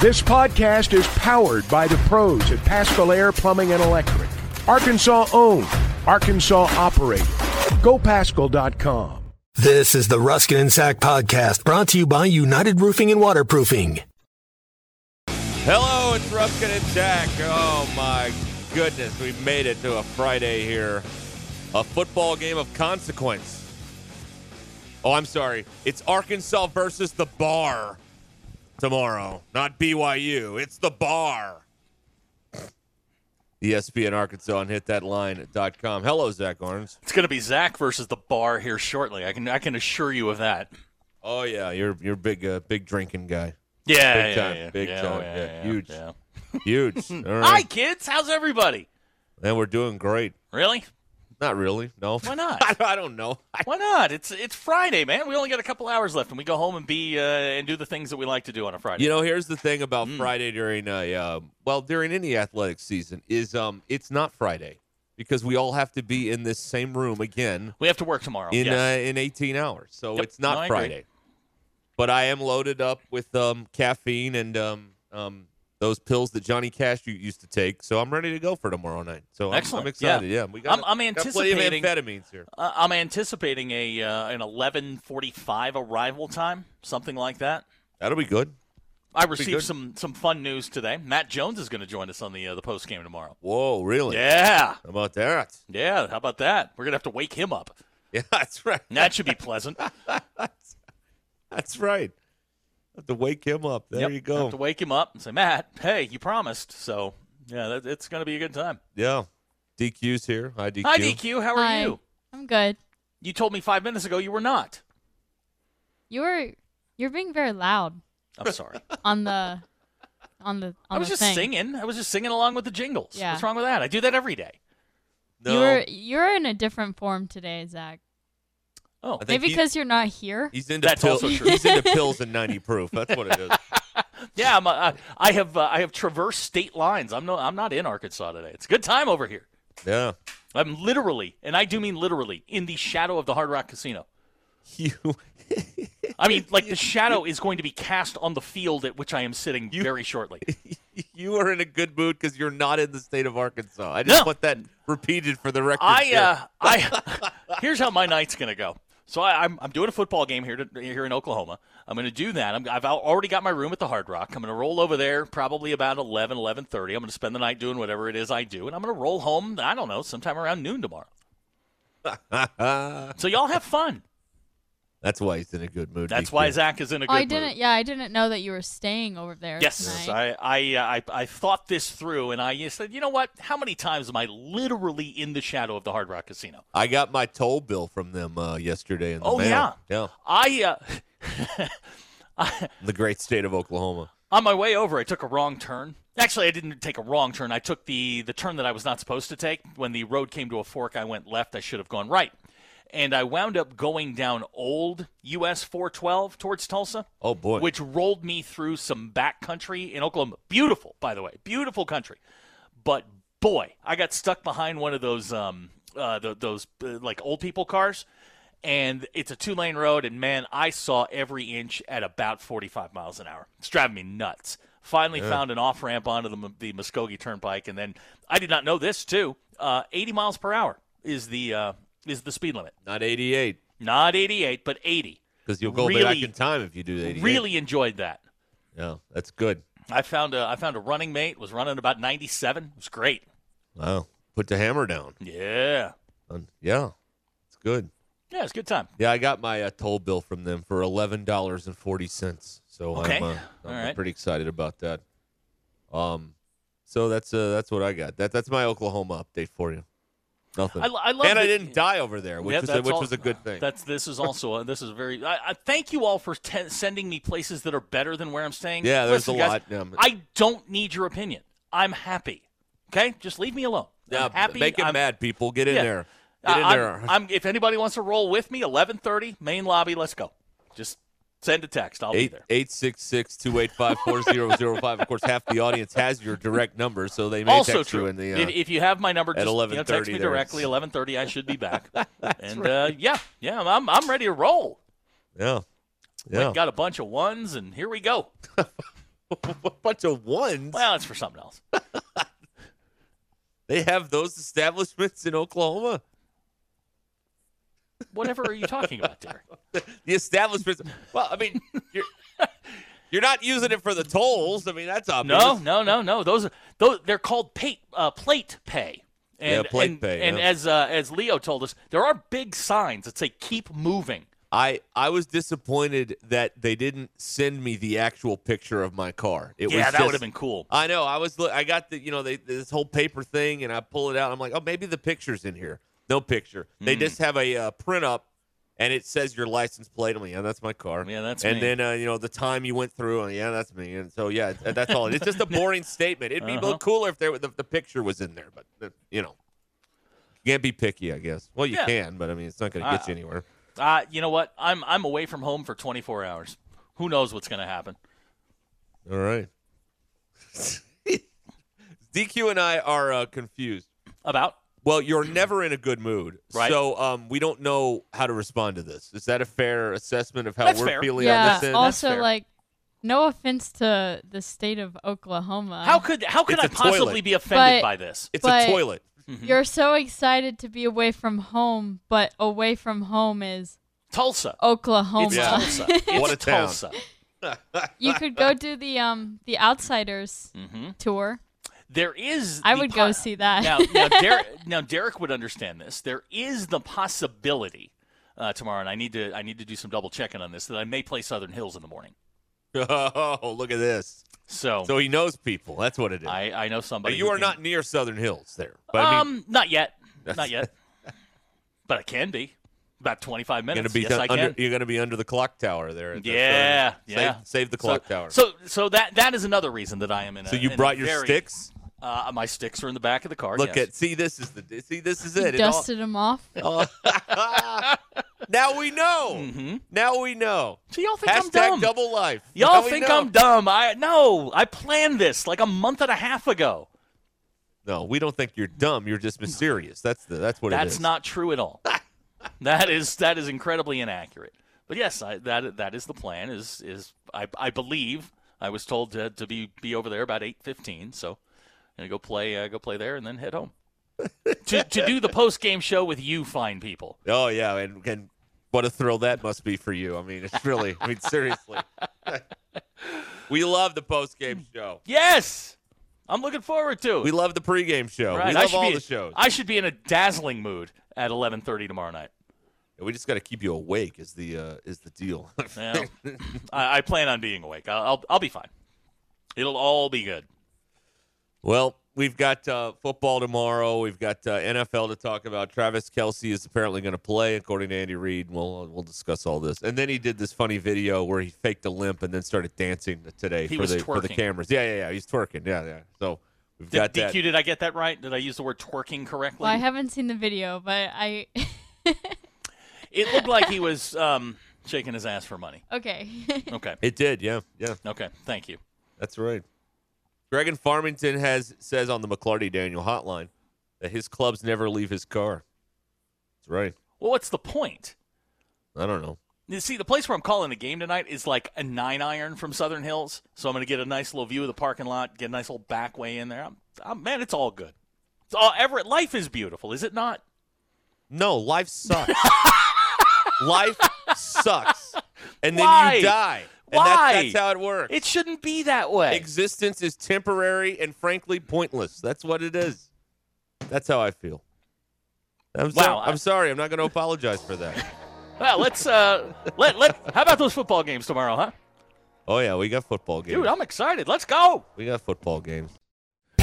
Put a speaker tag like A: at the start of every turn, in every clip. A: This podcast is powered by the pros at Pascal Air Plumbing and Electric. Arkansas owned, Arkansas operated. GoPascal.com.
B: This is the Ruskin and Sack podcast brought to you by United Roofing and Waterproofing.
C: Hello, it's Ruskin and Sack. Oh my goodness, we made it to a Friday here. A football game of consequence. Oh, I'm sorry. It's Arkansas versus the bar tomorrow, not BYU. It's the bar. E ESPN Arkansas and hitthatline.com. Hello, Zach Arns.
D: It's going to be Zach versus the bar here shortly. I can I can assure you of that.
C: Oh yeah, you're you're a big uh, big drinking guy.
D: Yeah,
C: Big
D: yeah,
C: time,
D: yeah,
C: big
D: yeah,
C: time,
D: oh,
C: yeah,
D: yeah,
C: huge.
D: yeah.
C: Huge. All
D: Hi,
C: right.
D: kids. How's everybody?
C: And we're doing great.
D: Really?
C: Not really. No.
D: Why not?
C: I, I don't know. I,
D: Why not? It's it's Friday, man. We only got a couple hours left, and we go home and be uh, and do the things that we like to do on a Friday.
C: you know, here's the thing about
D: Mm.
C: Friday during a uh, well during any athletic season is um it's not Friday because we all have to be in this same room again
D: we have to work tomorrow.
C: in
D: Oh, yes.
C: uh, in 18 hours, so
D: Yep.
C: it's not
D: No, I agree.
C: Friday. But I am loaded up with um, caffeine and um, um, those pills that Johnny Cash u- used to take, so I'm ready to go for tomorrow night. So I'm- I'm,
D: Excellent.
C: excited. Yeah,
D: Yeah.
C: we got,
D: I'm- I'm
C: got plenty of
D: anticipating-
C: amphetamines here.
D: Uh, I'm anticipating a uh, an 11:45 arrival time, something like that.
C: That'll be good.
D: I
C: good.
D: received some some fun news today. Matt Jones is going to join us on the uh, the post game tomorrow.
C: Whoa, really?
D: Yeah,
C: How about that?
D: yeah. How about that? We're gonna have to wake him up.
C: Yeah, that's right.
D: And that should be pleasant.
C: That's right. Have to wake him up. There
D: Yep.
C: you
D: Have
C: go.
D: to wake him up and say, Matt, hey, you promised. So, yeah, that, it's going to be a good time.
C: Yeah. DQ's here. Hi, DQ.
D: Hi, DQ. How are
E: Hi.
D: you?
E: I'm good.
D: You told me five minutes ago you were not.
E: You're you're being very loud
D: I'm sorry.
E: on the on the on
D: I was
E: the
D: just
E: thing.
D: singing. I was just singing along with the jingles.
E: Yeah.
D: What's wrong with that? I do that every day.
C: No,
E: You're you're in a different form today, Zach.
D: Oh,
C: I think
E: Maybe
C: he-
E: because you're not here.
C: he's into
D: That's
C: pills.
D: also true.
C: He's into pills and 90 proof. That's what it is.
D: yeah. I'm, uh, I have uh, I have traversed state lines. I'm no I'm not in Arkansas today. It's a good time over here.
C: Yeah.
D: I'm literally, and I do mean literally, in the shadow of the Hard Rock Casino.
C: You
D: I mean, like the shadow is going to be cast on the field at which I am sitting very shortly.
C: you are in a good mood because you're not in the state of Arkansas. I just
D: No.
C: want that repeated for the record.
D: I
C: here.
D: uh, I here's how my night's gonna go. So I, I'm I'm doing a football game here to, here in Oklahoma. I'm gonna do that. I'm, I've al- already got my room at the Hard Rock. I'm gonna roll over there probably about 11, 11:30. I'm gonna spend the night doing whatever it is I do, and I'm gonna roll home. I don't know, sometime around noon tomorrow. so y'all have fun.
C: That's why he's in a good mood.
D: That's
C: DQ.
D: why Zach is in a
E: oh,
D: good
E: I
D: mood.
E: didn't. Yeah, I didn't know that you were staying over there.
D: Yes,
E: tonight.
D: I I, uh, I I thought this through, and I said, you know what? How many times am I literally in the shadow of the Hard Rock Casino?
C: I got my toll bill from them uh, yesterday in the
D: Oh,
C: mail. Yeah.
D: I uh,
C: The great state of Oklahoma.
D: On my way over, I took a wrong turn. Actually, I didn't take a wrong turn. I took the the turn that I was not supposed to take. When the road came to a fork, I went left. I should have gone right. And I wound up going down old US 412 towards Tulsa,
C: Oh, boy.
D: which rolled me through some back country in Oklahoma. Beautiful, by the way. Beautiful country. But boy, I got stuck behind one of those um uh tho- those uh, like old people cars. And it's a two lane road, and man, I saw every inch at about 45 miles an hour. It's driving me nuts. Finally found an off ramp onto the, M- the Muskogee Turnpike, and then I did not know this too. Uh, 80 miles per hour is the uh, is the speed limit,
C: Not 88,
D: not 88, but 80.
C: because you'll go back
D: Really-
C: in time if you do 88.
D: Really enjoyed that.
C: Yeah, that's good.
D: I found a I found a running mate was running about 97. It was great.
C: Wow. Put the hammer down.
D: Yeah.
C: Um, yeah, it's good.
D: Yeah, it's a good time.
C: Yeah, I got my uh, toll bill from them for eleven dollars and forty cents. So
D: Okay.
C: I'm, uh,
D: All
C: I'm
D: right.
C: pretty excited about that. Um, so that's uh, that's what I got. That that's my Oklahoma update for you. Nothing.
D: I, lo- I love
C: and I
D: that-
C: didn't die over there, which
D: Yeah,
C: was a,
D: that's
C: which
D: all-
C: was a good thing.
D: That's this is also a, this is very. I, I thank you all for ten sending me places that are better than where I'm staying.
C: Yeah, there's
D: Listen,
C: a
D: guys,
C: lot, um,
D: I don't need your opinion. I'm happy. Okay, just leave me alone.
C: yeah,
D: I'm happy.
C: make it
D: I'm-
C: mad, people. Get in
D: Yeah.
C: there.
D: I-
C: Get in
D: I'm-
C: there.
D: I'm- if anybody wants to roll with me, 11:30 main lobby. Let's go. Just send a text. I'll be
C: Eight
D: there.
C: eight six six two eight five four zero zero five. Of course, half the audience has your direct number, so they may
D: also
C: text
D: true.
C: you in the. Uh,
D: if, if you have my number,
C: at
D: just you know,
C: 11:30
D: text me
C: there.
D: directly. 11:30, I should be back. and uh, yeah, yeah, I'm I'm ready to roll.
C: yeah,
D: Like,
C: yeah.
D: got a bunch of ones, and here we go.
C: a bunch of ones.
D: Well, it's for something else.
C: They have those establishments in Oklahoma.
D: Whatever are you talking about, Derek?
C: The establishments. Well, I mean, you're you're not using it for the tolls. I mean, that's obvious.
D: No, no, no, no. Those are those. They're called pay, uh, plate pay. And,
C: Yeah, plate
D: and,
C: pay,
D: And
C: yeah.
D: as uh, as Leo told us, there are big signs that say "keep moving."
C: I I was disappointed that they didn't send me the actual picture of my car. It
D: yeah,
C: was
D: that
C: just-
D: would have been cool.
C: I know. I was. look- I got the. You know, they this whole paper thing, and I pull it out. I'm like, oh, maybe the picture's in here. No picture.
D: Hmm.
C: They just have a uh, print up, and it says your license plate. I'm like, yeah, that's my car.
D: Yeah, that's
C: And
D: me.
C: then uh, you know the time you went through. And yeah, that's me. And so yeah, th- that's all. It's just a boring statement. It'd be a
D: Uh-huh.
C: little cooler if there were- the, the picture was in there, but uh, you know, you can't be picky, I guess. Well, you
D: Yeah.
C: can, but I mean, it's not going to get you anywhere.
D: Uh, you know what? I'm I'm away from home for 24 hours. Who knows what's going to happen?
C: All right. DQ and I are uh, confused.
D: About
C: Well, you're never in a good mood,
D: Right.
C: So um, we don't know how to respond to this. Is that a fair assessment of how
D: That's
C: we're
D: fair.
C: feeling on
E: yeah.
C: this end?
E: Also,
D: fair.
E: like, no offense to the state of Oklahoma.
D: how could how could
C: It's
D: I
C: a toilet.
D: possibly be offended
E: But-
D: by this?
C: it's
E: but-
C: a toilet.
D: Mhm.
E: You're so excited to be away from home, but away from home is
D: Tulsa.
E: Oh, Oklahoma.
D: It's
C: Yeah.
D: Tulsa.
C: What
D: It's
C: a town.
D: Tulsa.
E: you could go do the um the Outsiders
D: Mm-hmm.
E: tour.
D: There is.
E: I
D: the
E: would
D: po-
E: go see that.
D: Now, now, Derek, now Derek would understand this. There is the possibility uh, tomorrow, and I need to I need to do some double checking on this that I may play Southern Hills in the morning.
C: Oh, look at this.
D: So,
C: So he knows people. That's what it is.
D: I, I know
C: But
D: somebody.
C: you
D: who
C: are
D: can-
C: not near Southern Hills there. But I mean,
D: um, not yet, not yet. but I can be about 25
C: you're
D: minutes.
C: gonna be
D: yes, I can.
C: under. You're gonna be under the clock tower there. at the
D: Yeah,
C: Southern-
D: yeah.
C: Save, save the clock
D: so,
C: tower.
D: So, so that that is another reason that I am in. A,
C: So you
D: in a
C: brought your
D: very-
C: sticks.
D: Uh, my sticks are in the back of the car.
C: Look
D: yes.
C: at see this is the see this is
E: You
C: it. It all-
E: dusted them off.
C: now we know. Now we know.
D: So y'all think I'm
C: Hashtag
D: dumb.
C: double life.
D: Mm-hmm. Y'all
C: Now we
D: think
C: know.
D: I'm dumb? I no. I planned this like a month and a half ago.
C: No, we don't think you're dumb. You're just mysterious. That's the that's what it is.
D: That's not true at all. that is that is incredibly inaccurate. But yes, I, that that is the plan. Is is I, I believe I was told to, to be be over there about eight fifteen. So I'm gonna go play uh, go play there and then head home to to do the post game show with you fine people.
C: Oh yeah, and, and what a thrill that must be for you. I mean, it's really. I mean, seriously. we love the post game show.
D: Yes, I'm looking forward to it.
C: We love the pregame show.
D: Right,
C: We
D: I
C: love
D: should
C: all
D: be,
C: the shows.
D: I should be in a dazzling mood at 11:30 tomorrow night.
C: we just got to keep you awake. Is the uh, is the deal?
D: Well, I, I plan on being awake. I'll, I'll I'll be fine. It'll all be good.
C: Well, we've got uh, football tomorrow. We've got uh, NFL to talk about. Travis Kelsey is apparently going to play, according to Andy Reid. and We'll uh, we'll discuss all this. And then he did this funny video where he faked a limp and then started dancing today
D: He
C: for
D: was
C: the for the
D: twerking.
C: cameras. Yeah, yeah, yeah. He's twerking. Yeah, yeah. So we've
D: Did,
C: got
D: DQ,
C: that.
D: did I get that right? Did I use the word twerking correctly?
E: Well, I haven't seen the video, but I
D: it looked like he was um, shaking his ass for money.
E: okay.
D: Okay.
C: It did. Yeah, yeah.
D: Okay. Thank you.
C: That's right. Dragon Farmington has says on the McClarty Daniel hotline that his clubs never leave his car. That's right.
D: Well, what's the point?
C: I don't know.
D: You see, the place where I'm calling the game tonight is like a nine iron from Southern Hills, so I'm going to get a nice little view of the parking lot, get a nice little back way in there. I'm, I'm, man, it's all good. It's all Everett. Life is beautiful, is it not?
C: No, life sucks. life sucks. And then
D: Why?
C: you die. And
D: Why?
C: That's, that's how it works.
D: It shouldn't be that way.
C: Existence is temporary and frankly pointless. That's what it is. That's how I feel. I'm, so-
D: Wow, I-
C: I'm sorry. I'm not going to apologize for that.
D: Well, let's uh, let let. How about those football games tomorrow, huh?
C: Oh, yeah. We got football games.
D: Dude, I'm excited. Let's go.
C: we got football games.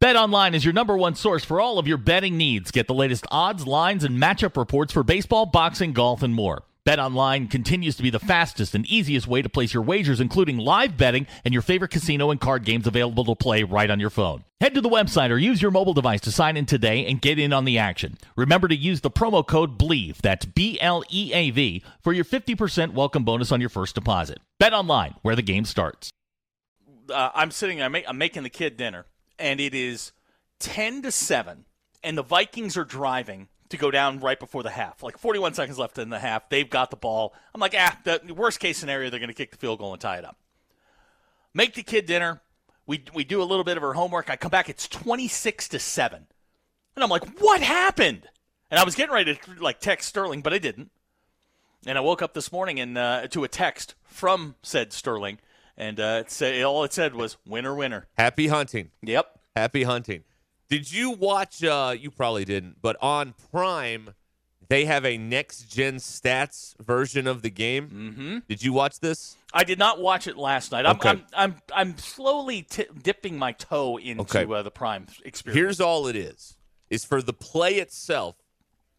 F: BetOnline is your number one source for all of your betting needs. Get the latest odds, lines, and matchup reports for baseball, boxing, golf, and more.
D: BetOnline continues to be the fastest and easiest way to place your wagers, including live betting and your favorite casino and card games available to play right on your phone. Head to the website or use your mobile device to sign in today and get in on the action. Remember to use the promo code BLEAV, that's B L E A V, for your 50% welcome bonus on your first deposit. BetOnline, where the game starts. Uh, I'm sitting there, I'm, I'm making the kid dinner, and it is 10 to 7 and the Vikings are driving to go down right before the half. Like 41 seconds left in the half. They've got the ball. I'm like, ah, the worst case scenario, they're going to kick the field goal and tie it up. Make the kid dinner. We, we do a little bit of her homework. I come back, it's 26 to 7. And I'm like, what happened? And I was getting ready to like text Sterling, but I didn't. And I woke up this morning and uh, to a text from said Sterling, and uh, it said, all it said was "winner, winner."
C: Happy hunting.
D: Yep.
C: Happy hunting. Did you watch? Uh, you probably didn't, but on Prime, they have a next gen stats version of the game. Mm-hmm. Did you watch this?
D: I did not watch it last night. I'm
C: Okay.
D: I'm, I'm I'm slowly ti dipping my toe into
C: Okay.
D: uh, the prime experience.
C: Here's all it is: is for the play itself.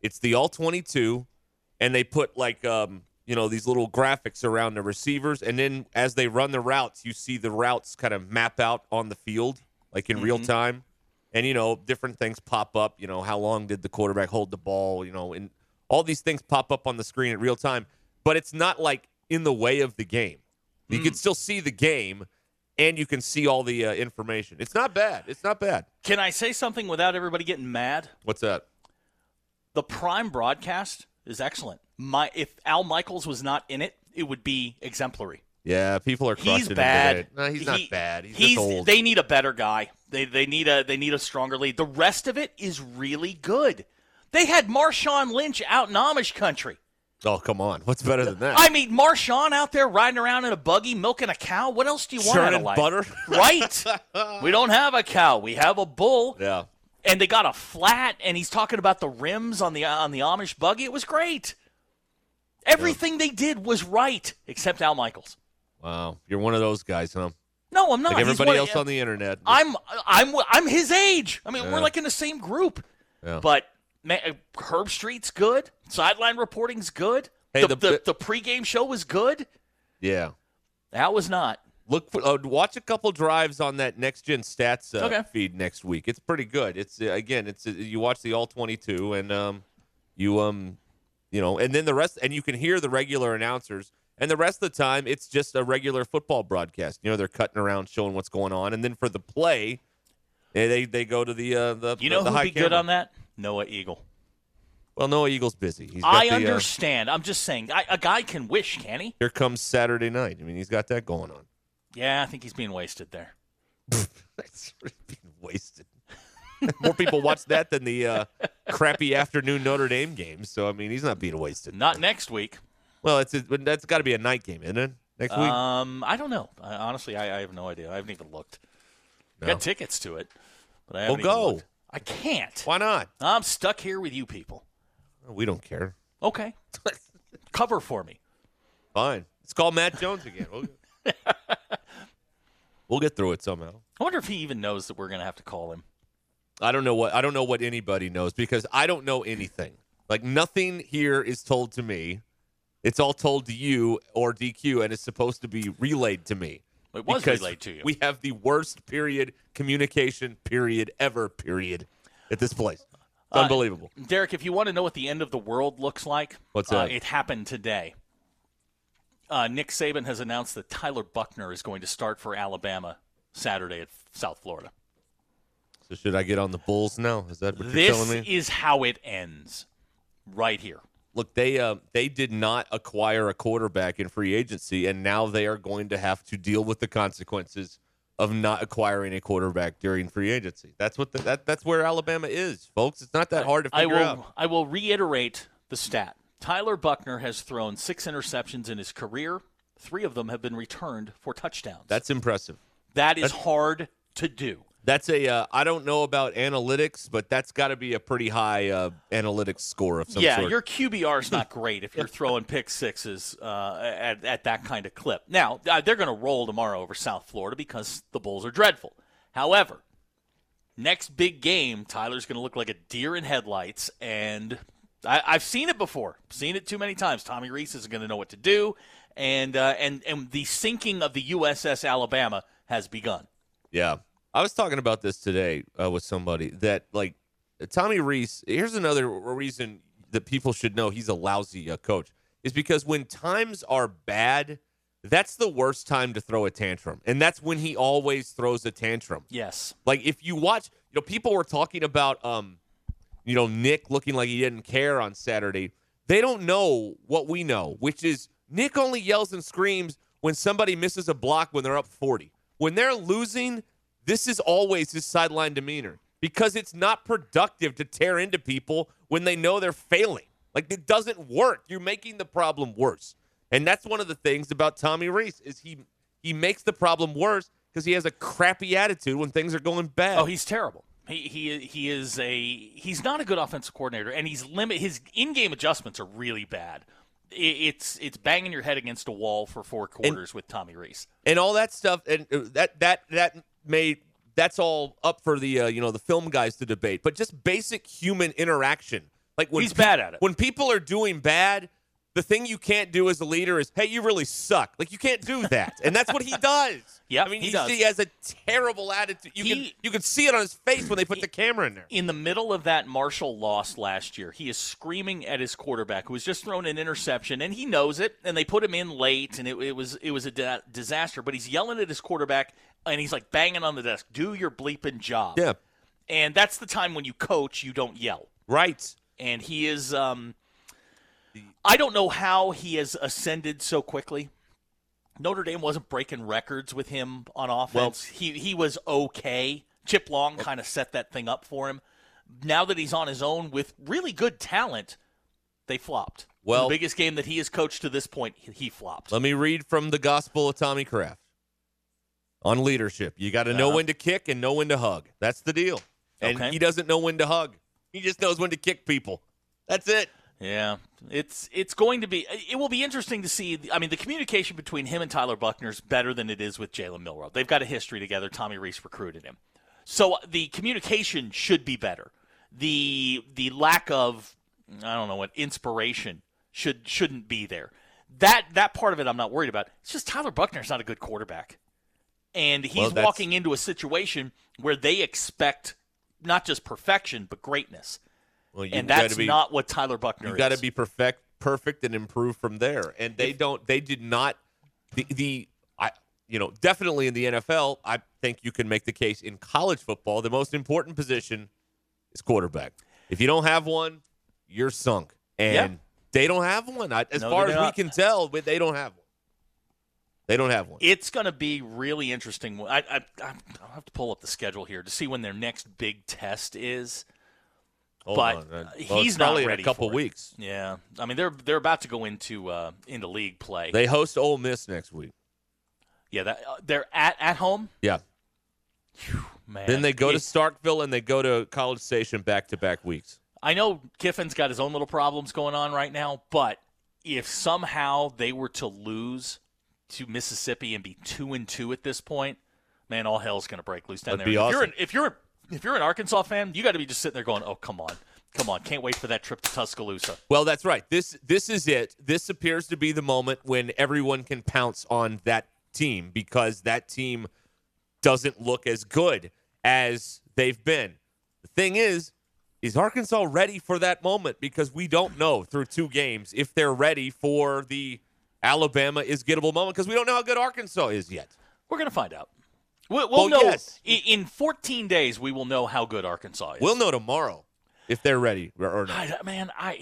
C: It's the all twenty two, and they put like um you know these little graphics around the receivers, and then as they run the routes, you see the routes kind of map out on the field like in real time, and you know different things pop up. You know how long did the quarterback hold the ball? You know, and all these things pop up on the screen at real time, but it's not like in the way of the game. You can still see the game, and you can see all the uh, information. It's not bad. It's not bad.
D: Can I say something without everybody getting mad?
C: What's that?
D: The prime broadcast is excellent. My if Al Michaels was not in it, it would be exemplary.
C: Yeah, people are crushing
D: He's
C: him
D: bad.
C: today. No, he's not
D: He-
C: bad. He's,
D: he's
C: just old.
D: they need a better guy. They they need a they need a stronger lead. The rest of it is really good. They had Marshawn Lynch out in Amish country.
C: oh, come on. What's better than that?
D: I mean, Marshawn out there riding around in a buggy, milking a cow. What else do you want out of
C: Churning
D: life?
C: butter.
D: right? We don't have a cow. We have a bull.
C: yeah.
D: And they got a flat. And he's talking about the rims on the on the Amish buggy. It was great. Everything they did was right, except Al Michaels.
C: Wow. You're one of those guys, huh?
D: No, I'm not.
C: Like
D: He's
C: everybody
D: one-
C: else on the internet.
D: I'm I'm I'm his age. I mean, we're like in the same group.
C: Yeah.
D: But man, Herb Street's good. Sideline reporting's good.
C: Hey,
D: the,
C: the-
D: the the pregame show was good.
C: yeah.
D: That was not.
C: Look for uh, watch a couple drives on that next gen stats uh,
D: Okay.
C: feed next week. It's pretty good. It's uh, again, it's uh, you watch the all 22 and um you um you know, and then the rest and you can hear the regular announcers and the rest of the time it's just a regular football broadcast. You know, they're cutting around showing what's going on and then for the play eh, they they go to the uh the
D: You
C: the-
D: know
C: the
D: who'd
C: high
D: be good
C: camera.
D: on that? Noah Eagle.
C: Well, Noah Eagle's busy. He's got
D: I
C: the, uh,
D: understand. I'm just saying, I, a guy can wish, can he?
C: here comes Saturday night. I mean, he's got that going on.
D: Yeah, I think he's being wasted there.
C: That's being wasted. More people watch that than the uh, crappy afternoon Notre Dame game. So I mean, he's not being wasted.
D: Not next week.
C: well, it's but that's got to be a night game, isn't it? Next week.
D: Um, I don't know. I, honestly, I, I have no idea. I haven't even looked. I
C: No.
D: Got tickets to it, but I
C: Well,
D: haven't even
C: go.
D: looked. I can't.
C: Why not?
D: I'm stuck here with you people.
C: We don't care.
D: Okay, cover for me.
C: Fine. Let's call Matt Jones again. We'll, we'll get through it somehow.
D: I wonder if he even knows that we're gonna have to call him.
C: I don't know what I don't know what anybody knows because I don't know anything. Like nothing here is told to me. It's all told to you or DQ, and it's supposed to be relayed to me.
D: It was
C: Because
D: relayed to you.
C: We have the worst period communication period ever period at this place. It's
D: Uh,
C: Uh, unbelievable.
D: Derek, if you want to know what the end of the world looks like,
C: What's
D: uh,
C: that?
D: it happened today. Uh, Nick Saban has announced that Tyler Buckner is going to start for Alabama Saturday at South Florida.
C: So should I get on the Bulls now? Is that what you're
D: This
C: telling me?
D: is how it ends, right here.
C: Look, they uh, they did not acquire a quarterback in free agency, and now they are going to have to deal with the consequences of not acquiring a quarterback during free agency. That's what the, that that's where Alabama is, folks. It's not that hard to
D: I
C: figure
D: will.
C: out.
D: I will reiterate the stat. Tyler Buckner has thrown six interceptions in his career. Three of them have been returned for touchdowns.
C: That's impressive.
D: that is hard to do.
C: That's a uh, I don't know about analytics, but that's got to be a pretty high uh, analytics score of some
D: yeah,
C: sort.
D: your QBR is not great if you're throwing pick sixes uh, at, at that kind of clip. Now, uh, they're going to roll tomorrow over South Florida because the Bulls are dreadful. However, next big game, Tyler's going to look like a deer in headlights, and I, I've seen it before, seen it too many times. Tommy Reese isn't going to know what to do, and uh, and and the sinking of the USS Alabama has begun.
C: Yeah. I was talking about this today uh, with somebody that, like, Tommy Reese. Here's another reason that people should know he's a lousy uh, coach is because when times are bad, that's the worst time to throw a tantrum. And that's when he always throws a tantrum.
D: Yes,
C: Like if you watch, you know, people were talking about um, you know, Nick looking like he didn't care on Saturday. They don't know what we know, which is Nick only yells and screams when somebody misses a block when they're up 40. When they're losing, this is always his sideline demeanor because it's not productive to tear into people when they know they're failing. Like it doesn't work. You're making the problem worse. And that's one of the things about Tommy Reese is he he makes the problem worse because he has a crappy attitude when things are going bad.
D: Oh, he's terrible. He, he he is a he's not a good offensive coordinator, and he's limit his in-game adjustments are really bad. I- It's it's banging your head against a wall for four quarters with Tommy Reese.
C: and all that stuff and uh, that that that made that's all up for the uh, you know the film guys to debate but just basic human interaction like when
D: He's bad at it.
C: when people are doing bad the thing you can't do as a leader is hey you really suck like you can't do that and that's what he does
D: Yep,
C: i mean
D: he
C: he's-
D: does.
C: he has a terrible attitude you can
D: He-
C: you can see it on his face when they put the camera in there
D: In the middle of that Marshall loss last year, he is screaming at his quarterback who has just thrown an interception, and he knows it. And they put him in late, and it, it was it was a da- disaster. But he's yelling at his quarterback, and he's like banging on the desk, "Do your bleeping job."
C: yeah
D: And that's the time when you coach, you don't yell.
C: right
D: and he is um I don't know how he has ascended so quickly. Notre Dame wasn't breaking records with him on offense. he he was okay. Chip Long kind of set that thing up for him. Now that he's on his own with really good talent, they flopped.
C: Well-
D: the biggest game that he has coached to this point, he, he flopped.
C: Let me read from the Gospel of Tommy Kraft on leadership. You got to know when to kick and know when to hug. That's the deal. And
D: Uh-huh. Okay.
C: he doesn't know when to hug. He just knows when to kick people. That's it.
D: Yeah, it's it's going to be it will be interesting to see. I mean, the communication between him and Tyler Buckner is better than it is with Jalen Milrow. They've got a history together. Tommy Reese recruited him, so uh, the communication should be better. the The lack of I don't know what inspiration should shouldn't be there. That that part of it I'm not worried about. It's just Tyler Buckner's not a good quarterback, and
C: Well,
D: he's
C: that's-
D: walking into a situation where they expect not just perfection but greatness,
C: Well, you
D: and
C: gotta
D: that's
C: be,
D: not what Tyler Buckner
C: You
D: is.
C: got to be perfect, perfect, and improve from there. And they don't. They did not. The, the I you know definitely in the NFL. I think you can make the case in college football. The most important position is quarterback. If you don't have one, you're sunk. And
D: Yeah.
C: they don't have one. I, as
D: No,
C: far
D: they
C: as
D: do
C: we
D: not.
C: can tell, but they don't have one. They don't have one.
D: It's going to be really interesting. I, I, I, I'll have to pull up the schedule here to see when their next big test is.
C: Hold
D: but,
C: on.
D: uh,
C: it's
D: he's not
C: probably in
D: ready
C: a couple
D: for it.
C: weeks.
D: Yeah, I mean they're they're about to go into uh, into league play.
C: They host Ole Miss next week.
D: yeah, that, uh, they're at at home.
C: Yeah.
D: Man,
C: Then they go to
D: It-
C: Starkville and they go to College Station back to back weeks.
D: I know Kiffin's got his own little problems going on right now, but if somehow they were to lose to Mississippi and be two and two at this point, man, all hell's going to break loose down
C: That'd
D: there.
C: be
D: if you're
C: awesome.
D: an, if you're if you're an Arkansas fan, you got to be just sitting there going, "Oh, come on, come on, can't wait for that trip to Tuscaloosa."
C: Well, that's right. This this is it. This appears to be the moment when everyone can pounce on that team because that team doesn't look as good as they've been. The thing is, is Arkansas ready for that moment? Because we don't know through two games if they're ready for the Alabama is gettable moment because we don't know how good Arkansas is yet.
D: We're going to find out. We'll, we'll
C: Oh,
D: know
C: yes.
D: i- in 14 days. We will know how good Arkansas is.
C: We'll know tomorrow if they're ready or, or not.
D: I, man, I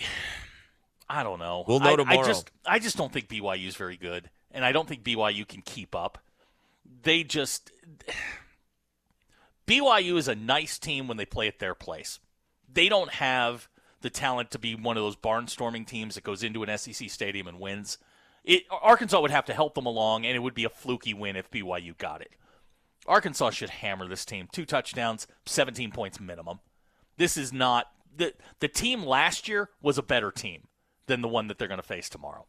D: I don't know.
C: We'll know
D: I,
C: tomorrow.
D: I just I just don't think BYU is very good, and I don't think BYU can keep up. They just BYU is a nice team when they play at their place. They don't have the talent to be one of those barnstorming teams that goes into an SEC stadium and wins. It, Arkansas would have to help them along, and it would be a fluky win if BYU got it. Arkansas should hammer this team. Two touchdowns, 17 points minimum. This is not the the team last year was a better team than the one that they're going to face tomorrow.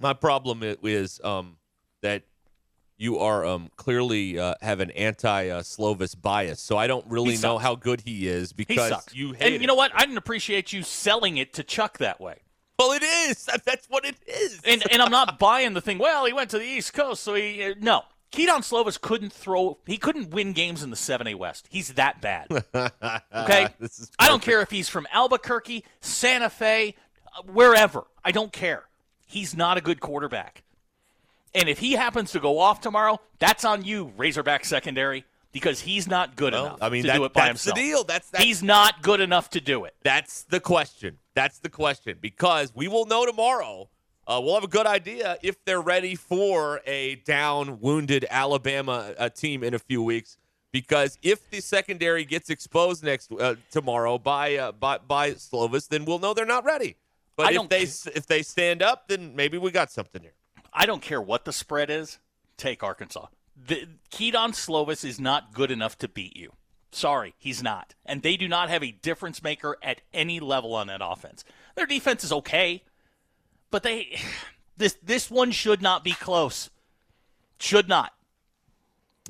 C: My problem i- is um, that you you are um, clearly uh, have an anti uh, Slovis bias, so I don't really
D: He
C: know
D: sucks.
C: how good he is
D: He
C: because
D: sucks.
C: you hate
D: and you know what? I didn't appreciate you selling it to Chuck that way.
C: Well, it is. That- That's what it is.
D: And and I'm not buying the thing. Well, he went to the East Coast, so he uh, no. Keaton Slovis couldn't throw. He couldn't win games in the 7A West. He's that bad. Okay,
C: This is
D: I don't care if he's from Albuquerque, Santa Fe, uh, wherever. I don't care. He's not a good quarterback. And if he happens to go off tomorrow, that's on you, Razorback secondary, because he's not good
C: Well,
D: enough.
C: I mean,
D: to
C: that-
D: do it by
C: that's the
D: himself.
C: deal. That's- that's-
D: he's not good enough to do it.
C: That's the question. That's the question because we will know tomorrow. Uh, we'll have a good idea if they're ready for a down, wounded Alabama uh, team in a few weeks. Because if the secondary gets exposed next uh, tomorrow by, uh, by by Slovis, then we'll know they're not ready.
D: I
C: But if
D: don't
C: they
D: ca-
C: s if they stand up, then maybe we got something here.
D: I don't care what the spread is. Take Arkansas. The, Keaton Slovis is not good enough to beat you. Sorry, he's not. And they do not have a difference maker at any level on that offense. Their defense is okay, but they this this one should not be close. Should not.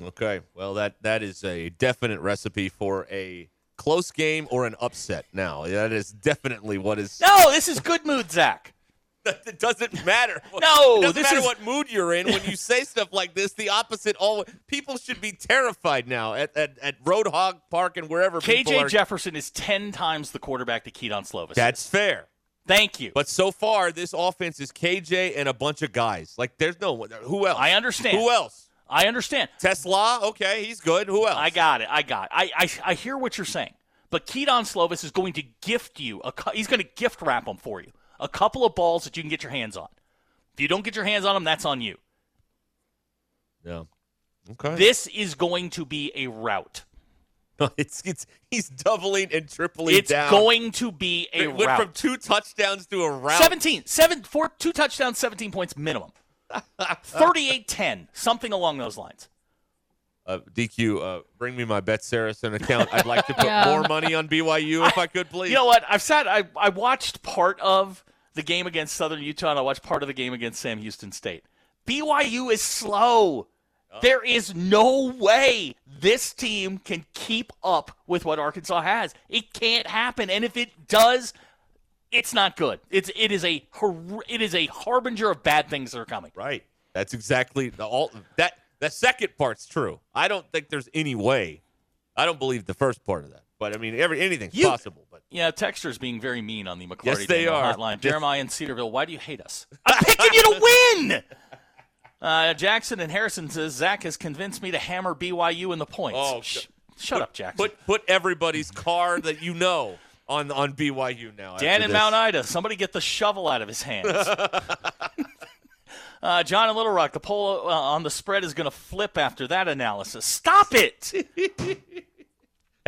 C: Okay. Well, that that is a definite recipe for a close game or an upset. Now that is definitely what is.
D: No, this is good mood, Zach.
C: it doesn't matter.
D: No,
C: it doesn't
D: this
C: matter
D: is-
C: what mood you're in when you say stuff like this. The opposite. All people should be terrified now at at, at Roadhog Park and wherever. people
D: KJ
C: are.
D: Jefferson is ten times the quarterback to Keaton Slovis.
C: That's fair.
D: Thank you.
C: But so far, this offense is KJ and a bunch of guys. Like, there's no one. Who else?
D: I understand.
C: Who else?
D: I understand.
C: Tesla. Okay, he's good. Who else?
D: I got it. I got. It. I, I I hear what you're saying, but Keaton Slovis is going to gift you a. cou- He's going to gift wrap them for you. A couple of balls that you can get your hands on. If you don't get your hands on them, that's on you.
C: Yeah. Okay.
D: This is going to be a route.
C: it's it's he's doubling and tripling
D: It's
C: down.
D: going to be a
C: it went
D: route.
C: from two touchdowns to a route.
D: 17, seven, four, two touchdowns, 17 points minimum. 38 10, something along those lines.
C: Uh, DQ, uh, bring me my Bet Saracen account. I'd like to put
E: Yeah.
C: more money on BYU if I could, please.
D: You know what? I've sat. I I watched part of the game against Southern Utah, and I watched part of the game against Sam Houston State. BYU is slow. There is no way this team can keep up with what Arkansas has. It can't happen, and if it does, it's not good. It's it is a hor- it is a harbinger of bad things that are coming.
C: right. That's exactly the all that. The second part's true. I don't think there's any way. I don't believe the first part of that. But I mean, every anything's
D: You-
C: possible. But
D: Yeah, texters being very mean on the McClarty
C: Yes, they
D: Daniel
C: are.
D: hotline.
C: Yes.
D: Jeremiah in Cedarville, why do you hate us? I'm picking you to win. Uh, Jackson and Harrison says Zach has convinced me to hammer BYU in the points.
C: Oh,
D: Sh- shut up, Jackson.
C: put put everybody's car that you know on on BYU now. after
D: Dan in
C: this.
D: Mount Ida, somebody get the shovel out of his hands. uh, John in Little Rock, the poll uh, on the spread is going to flip after that analysis. Stop it.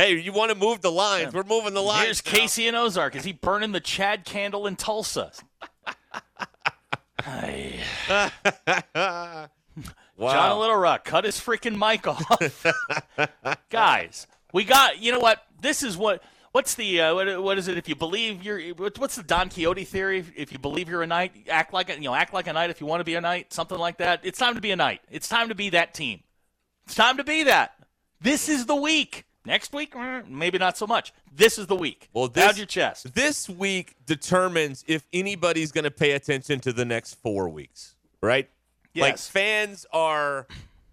C: Hey, you want to move the lines? We're moving the lines.
D: Here's
C: now.
D: Casey in Ozark. Is he burning the Chad candle in Tulsa? Aye.
C: Wow.
D: John Little Rock, cut his freaking mic off. Guys, we got, you know what? This is what, what's the, uh, what, what is it? If you believe you're, what- what's the Don Quixote theory? If you believe you're a knight, act like, a, you know, act like a knight if you want to be a knight, something like that. It's time to be a knight. It's time to be that team. It's time to be that. This is the week. Next week, eh, maybe not so much. This is the week.
C: Well,
D: Down
C: this,
D: your chest.
C: This week determines if anybody's going to pay attention to the next four weeks, right? Like
D: Yes.
C: fans are,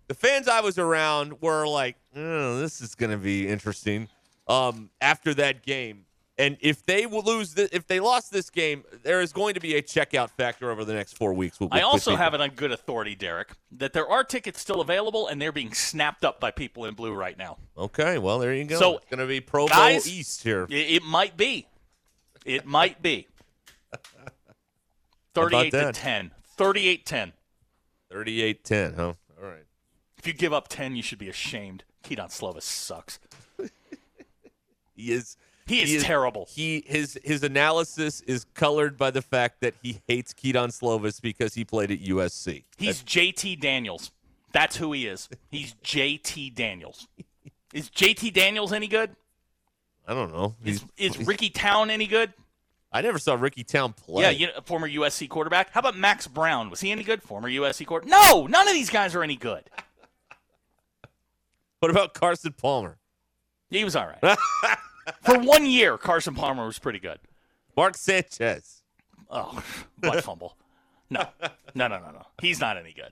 C: the fans I was around were like, oh, "This is going to be interesting." Um, after that game, and if they will lose, th- if they lost this game, there is going to be a checkout factor over the next four weeks. with-
D: I
C: with
D: also
C: people.
D: have it on good authority, Derek, that there are tickets still available and they're being snapped up by people in blue right now.
C: Okay, well there you go.
D: So,
C: it's going to be Pro Bowl
D: guys-
C: East here.
D: I- It, might be. It might be. 38 to
C: that?
D: 10. 38 10.
C: Thirty-eight ten, huh? All right.
D: If you give up 10, you should be ashamed. Keaton Slovis sucks.
C: He is
D: He is terrible.
C: He his his analysis is colored by the fact that he hates Keaton Slovis because he played at USC.
D: He's JT Daniels. That's who he is. He's JT Daniels. Is JT Daniels any good?
C: I don't know.
D: Is,
C: He's,
D: is Ricky Town any good?
C: I never saw Ricky Town play.
D: Yeah, you know, former USC quarterback. How about Max Brown? Was he any good? Former USC quarterback. No, none of these guys are any good.
C: What about Carson Palmer?
D: He was all right. For one year, Carson Palmer was pretty good.
C: Mark Sanchez.
D: Oh, butt fumble. No, no, no, no, no. He's not any good.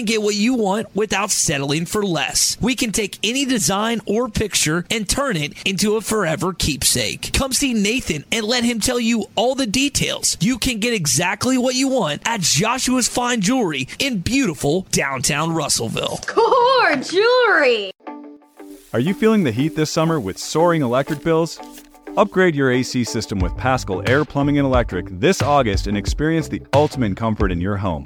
G: get what you want without settling for less. We can take any design or picture and turn it into a forever keepsake. Come see Nathan and let him tell you all the details. You can get exactly what you want at Joshua's Fine Jewelry in beautiful downtown Russellville.
H: Core jewelry.
I: Are you feeling the heat this summer with soaring electric bills? Upgrade your AC system with Pascal Air Plumbing and Electric this August and experience the ultimate comfort in your home.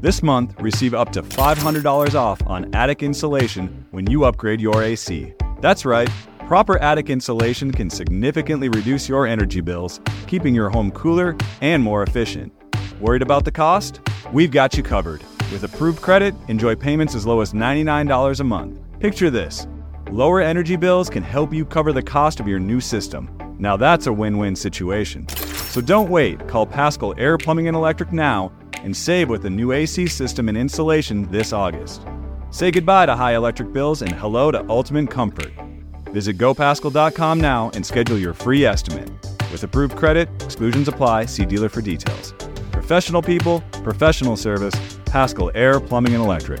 I: This month, receive up to $500 off on attic insulation when you upgrade your AC. That's right, proper attic insulation can significantly reduce your energy bills, keeping your home cooler and more efficient. Worried about the cost? We've got you covered. With approved credit, enjoy payments as low as $99 a month. Picture this Lower energy bills can help you cover the cost of your new system. Now that's a win win situation. So don't wait. Call Pascal Air Plumbing and Electric now and save with a new AC system and insulation this August. Say goodbye to high electric bills and hello to ultimate comfort. Visit gopascal.com now and schedule your free estimate. With approved credit, exclusions apply. See dealer for details. Professional people, professional service, Pascal Air Plumbing and Electric.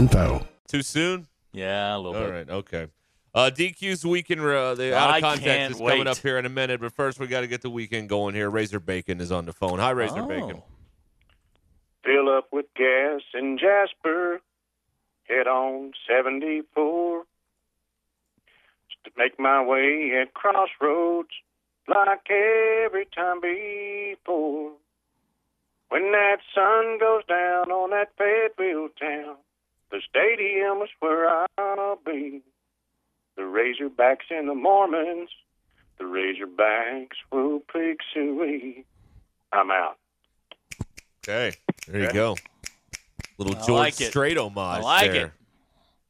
J: info.
C: Too soon?
D: Yeah, a little
C: All
D: bit.
C: right. Okay. Uh, DQ's weekend. Uh, the out
D: I
C: of context
D: can't
C: is coming
D: wait.
C: up here in a minute, but first we got to get the weekend going here. Razor Bacon is on the phone. Hi, Razor
D: Oh.
C: Bacon.
F: Fill up with gas in Jasper. Head on 74. Just to make my way at crossroads like every time before. When that sun goes down on that Fayetteville town, the stadium is where I'll be. The Razorbacks and the Mormons, the Razorbacks will pick Suey. I'm out.
C: Okay. There you go. Little
D: I
C: George
D: like it.
C: Strait homage.
D: I like
C: there.
D: it.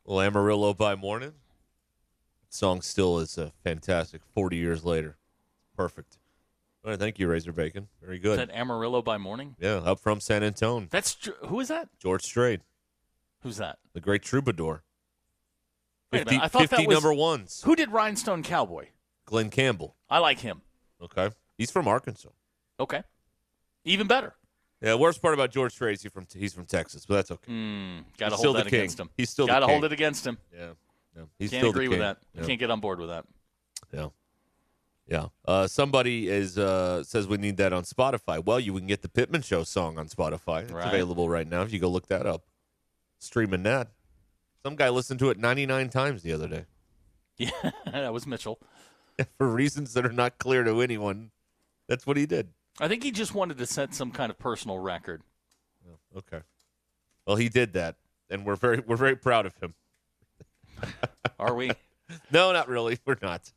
C: Little Amarillo by morning. Song still is uh, fantastic. Forty years later, perfect. All right, thank you, Razor Bacon. Very
D: Is
C: good.
D: that Amarillo by morning?
C: yeah, up from San Antone,
D: That's tr- who is that?
C: George Strait,
D: Who's that?
C: the great troubadour.
D: Wait a
C: 50,
D: minute, I thought
C: 50
D: that was
C: number ones.
D: who did Rhinestone Cowboy.
C: Glenn Campbell.
D: I like him.
C: Okay, he's from Arkansas.
D: Okay, even better.
C: Yeah, worst part about George Strait is he from he's from Texas, but that's okay.
D: Mm, got to
C: He's still
D: hold
C: the
D: that
C: king.
D: against him.
C: He's still the
D: got to hold
C: king.
D: it against him.
C: Yeah, yeah. he's
D: Can't
C: still
D: agree
C: the
D: with
C: king.
D: that.
C: Yeah.
D: Can't get on board with that.
C: Yeah. Yeah. Uh, somebody is uh, says we need that on Spotify. Well, you can get the Pittman Show song on Spotify. It's
D: Right.
C: available right now if you go look that up. Streaming that. Some guy listened to it 99 times the other day
D: Yeah, that was Mitchell.
C: for reasons that are not clear to anyone. That's what he did.
D: I think he just wanted to set some kind of personal record.
C: Okay. Well, he did that, and we're very we're very proud of him.
D: Are we?
C: No, not really. We're not.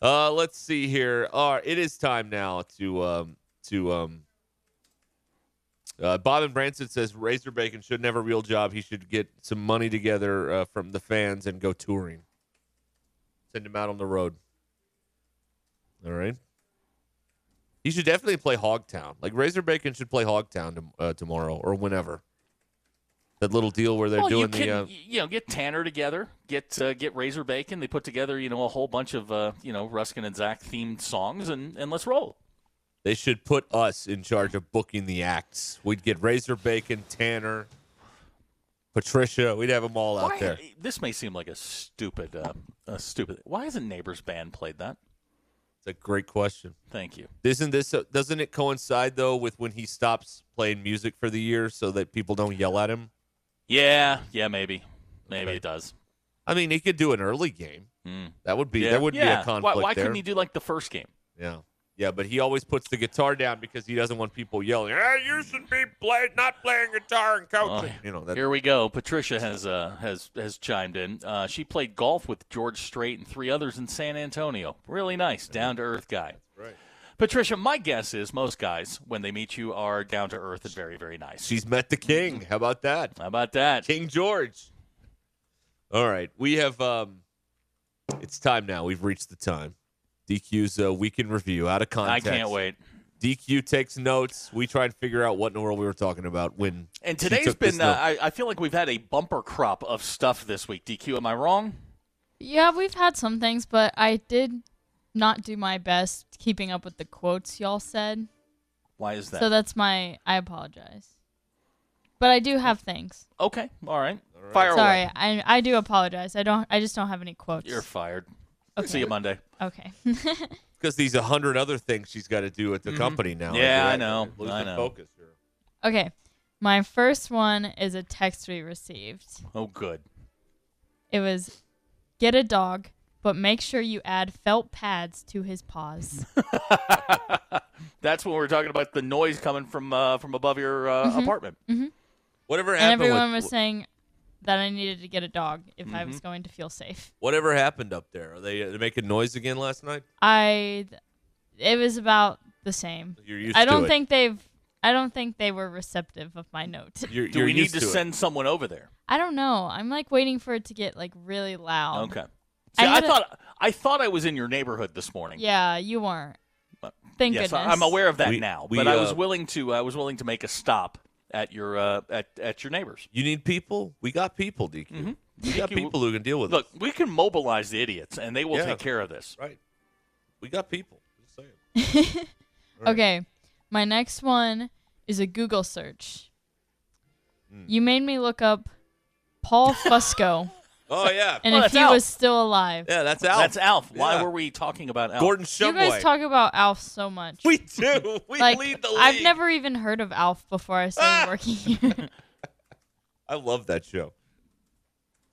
C: uh, let's see here. All right, it is time now to um, to um, uh, Bob and Branson says Razor Bacon should never real job. He should get some money together uh, from the fans and go touring. Send him out on the road. All right. He should definitely play Hogtown. Like Razor Bacon should play Hogtown tom- uh, tomorrow or whenever. That little deal where they're
D: well,
C: doing the
D: you can,
C: uh,
D: y- you know, get Tanner together, get uh, get Razor Bacon. They put together, you know, a whole bunch of uh, you know Ruskin and Zach themed songs, and and let's roll.
C: They should put us in charge of booking the acts. We'd get Razor Bacon, Tanner, Patricia. We'd have them all out
D: Why-
C: there.
D: This may seem like a stupid, uh, a stupid. Why hasn't Neighbors Band played that?
C: It's a great question.
D: Thank you.
C: Isn't this doesn't it coincide though with when he stops playing music for the year so that people don't yell at him?
D: Yeah, yeah, maybe, maybe it does.
C: I mean, he could do an early game. That would be
D: Yeah.
C: there would be
D: Yeah.
C: a conflict
D: Why, why
C: there.
D: couldn't he do like the first game?
C: yeah. Yeah, but he always puts the guitar down because he doesn't want people yelling. Hey, you should be play, not playing guitar and coaching. you know, that,
D: Here we go. Patricia has uh, has has chimed in. Uh, she played golf with George Strait and three others in San Antonio. Really nice, down to earth guy.
C: right.
D: Patricia, my guess is most guys when they meet you are down to earth and very very nice.
C: She's met the king. How about that?
D: How about that?
C: King George. All right. We have um it's time now. We've reached the time. DQ's uh, weekend review out of context.
D: can't wait.
C: DQ takes notes. We try and figure out what in the world we were talking about when
D: And
C: she
D: today's
C: took this
D: been. Uh,
C: note.
D: I, I feel like we've had a bumper crop of stuff this week. DQ, am I wrong?
E: Yeah, we've had some things, but I did not do my best keeping up with the quotes y'all said.
D: Why is that?
E: So that's my. I apologize. But I do have things.
D: okay. All right. Fire
E: Sorry,
D: away.
E: I I do apologize. I don't. I just don't have any quotes.
D: You're fired. See you Monday.
E: okay.
C: because these 100 other things she's got to do at the company now.
D: Mm-hmm. Yeah,
C: Right?
D: I know.
C: Losing
D: I know.
C: focus. here.
E: okay. My first one is a text we received.
D: Oh, good.
E: It was, get a dog, but make sure you add felt pads to his paws.
D: That's when we were talking about the noise coming from uh, from above your uh,
E: Mhm.
D: apartment.
E: Mhm.
C: Whatever
E: and
C: happened with-
E: everyone was saying that I needed to get a dog if I was
D: Mm-hmm.
C: Mhm.
E: going to feel safe.
C: Whatever happened up there? Are they, are they making noise again last night?
E: I, it was about the same.
C: You're used
E: I
C: to
E: don't
C: it.
E: think they've. I don't think they were receptive of my note.
C: You're,
D: Do
C: you're
D: we need
C: used
D: to,
C: to it.
D: send someone over there?
E: I don't know. I'm like waiting for it to get like really loud.
D: Okay.
E: I
D: See, I,
E: haven't-
D: thought I thought I was in your neighborhood this morning.
E: Yeah, you weren't.
D: But-
E: Thank
D: Uh, yes, I-
E: goodness.
D: I'm aware of that
C: We-
D: now.
C: we,
D: but I was
C: uh,
D: willing to I was willing to make a stop at your uh, at at your neighbors.
C: You need people? We got people, DQ. We got
D: DQ,
C: people who can deal with
D: Mm-hmm. Look, we can mobilize the idiots and they will
C: Yeah.
D: take care of this.
C: Right. We got people. Just saying. Right.
E: Okay. My next one is a Google search.
D: Hmm.
E: You made me look up Paul Fusco
C: Oh, yeah.
E: and
D: Well,
E: if
D: that's
E: he
D: Alf.
E: was still alive.
C: Yeah, that's Alf.
D: That's Alf.
C: Yeah.
D: Why were we talking about Alf?
C: Gordon
E: You guys
C: Shumway.
E: talk about Alf so much.
C: we do. We
E: like,
C: lead Ah! the league.
E: I've never even heard of Alf before I started working here.
C: I love that show.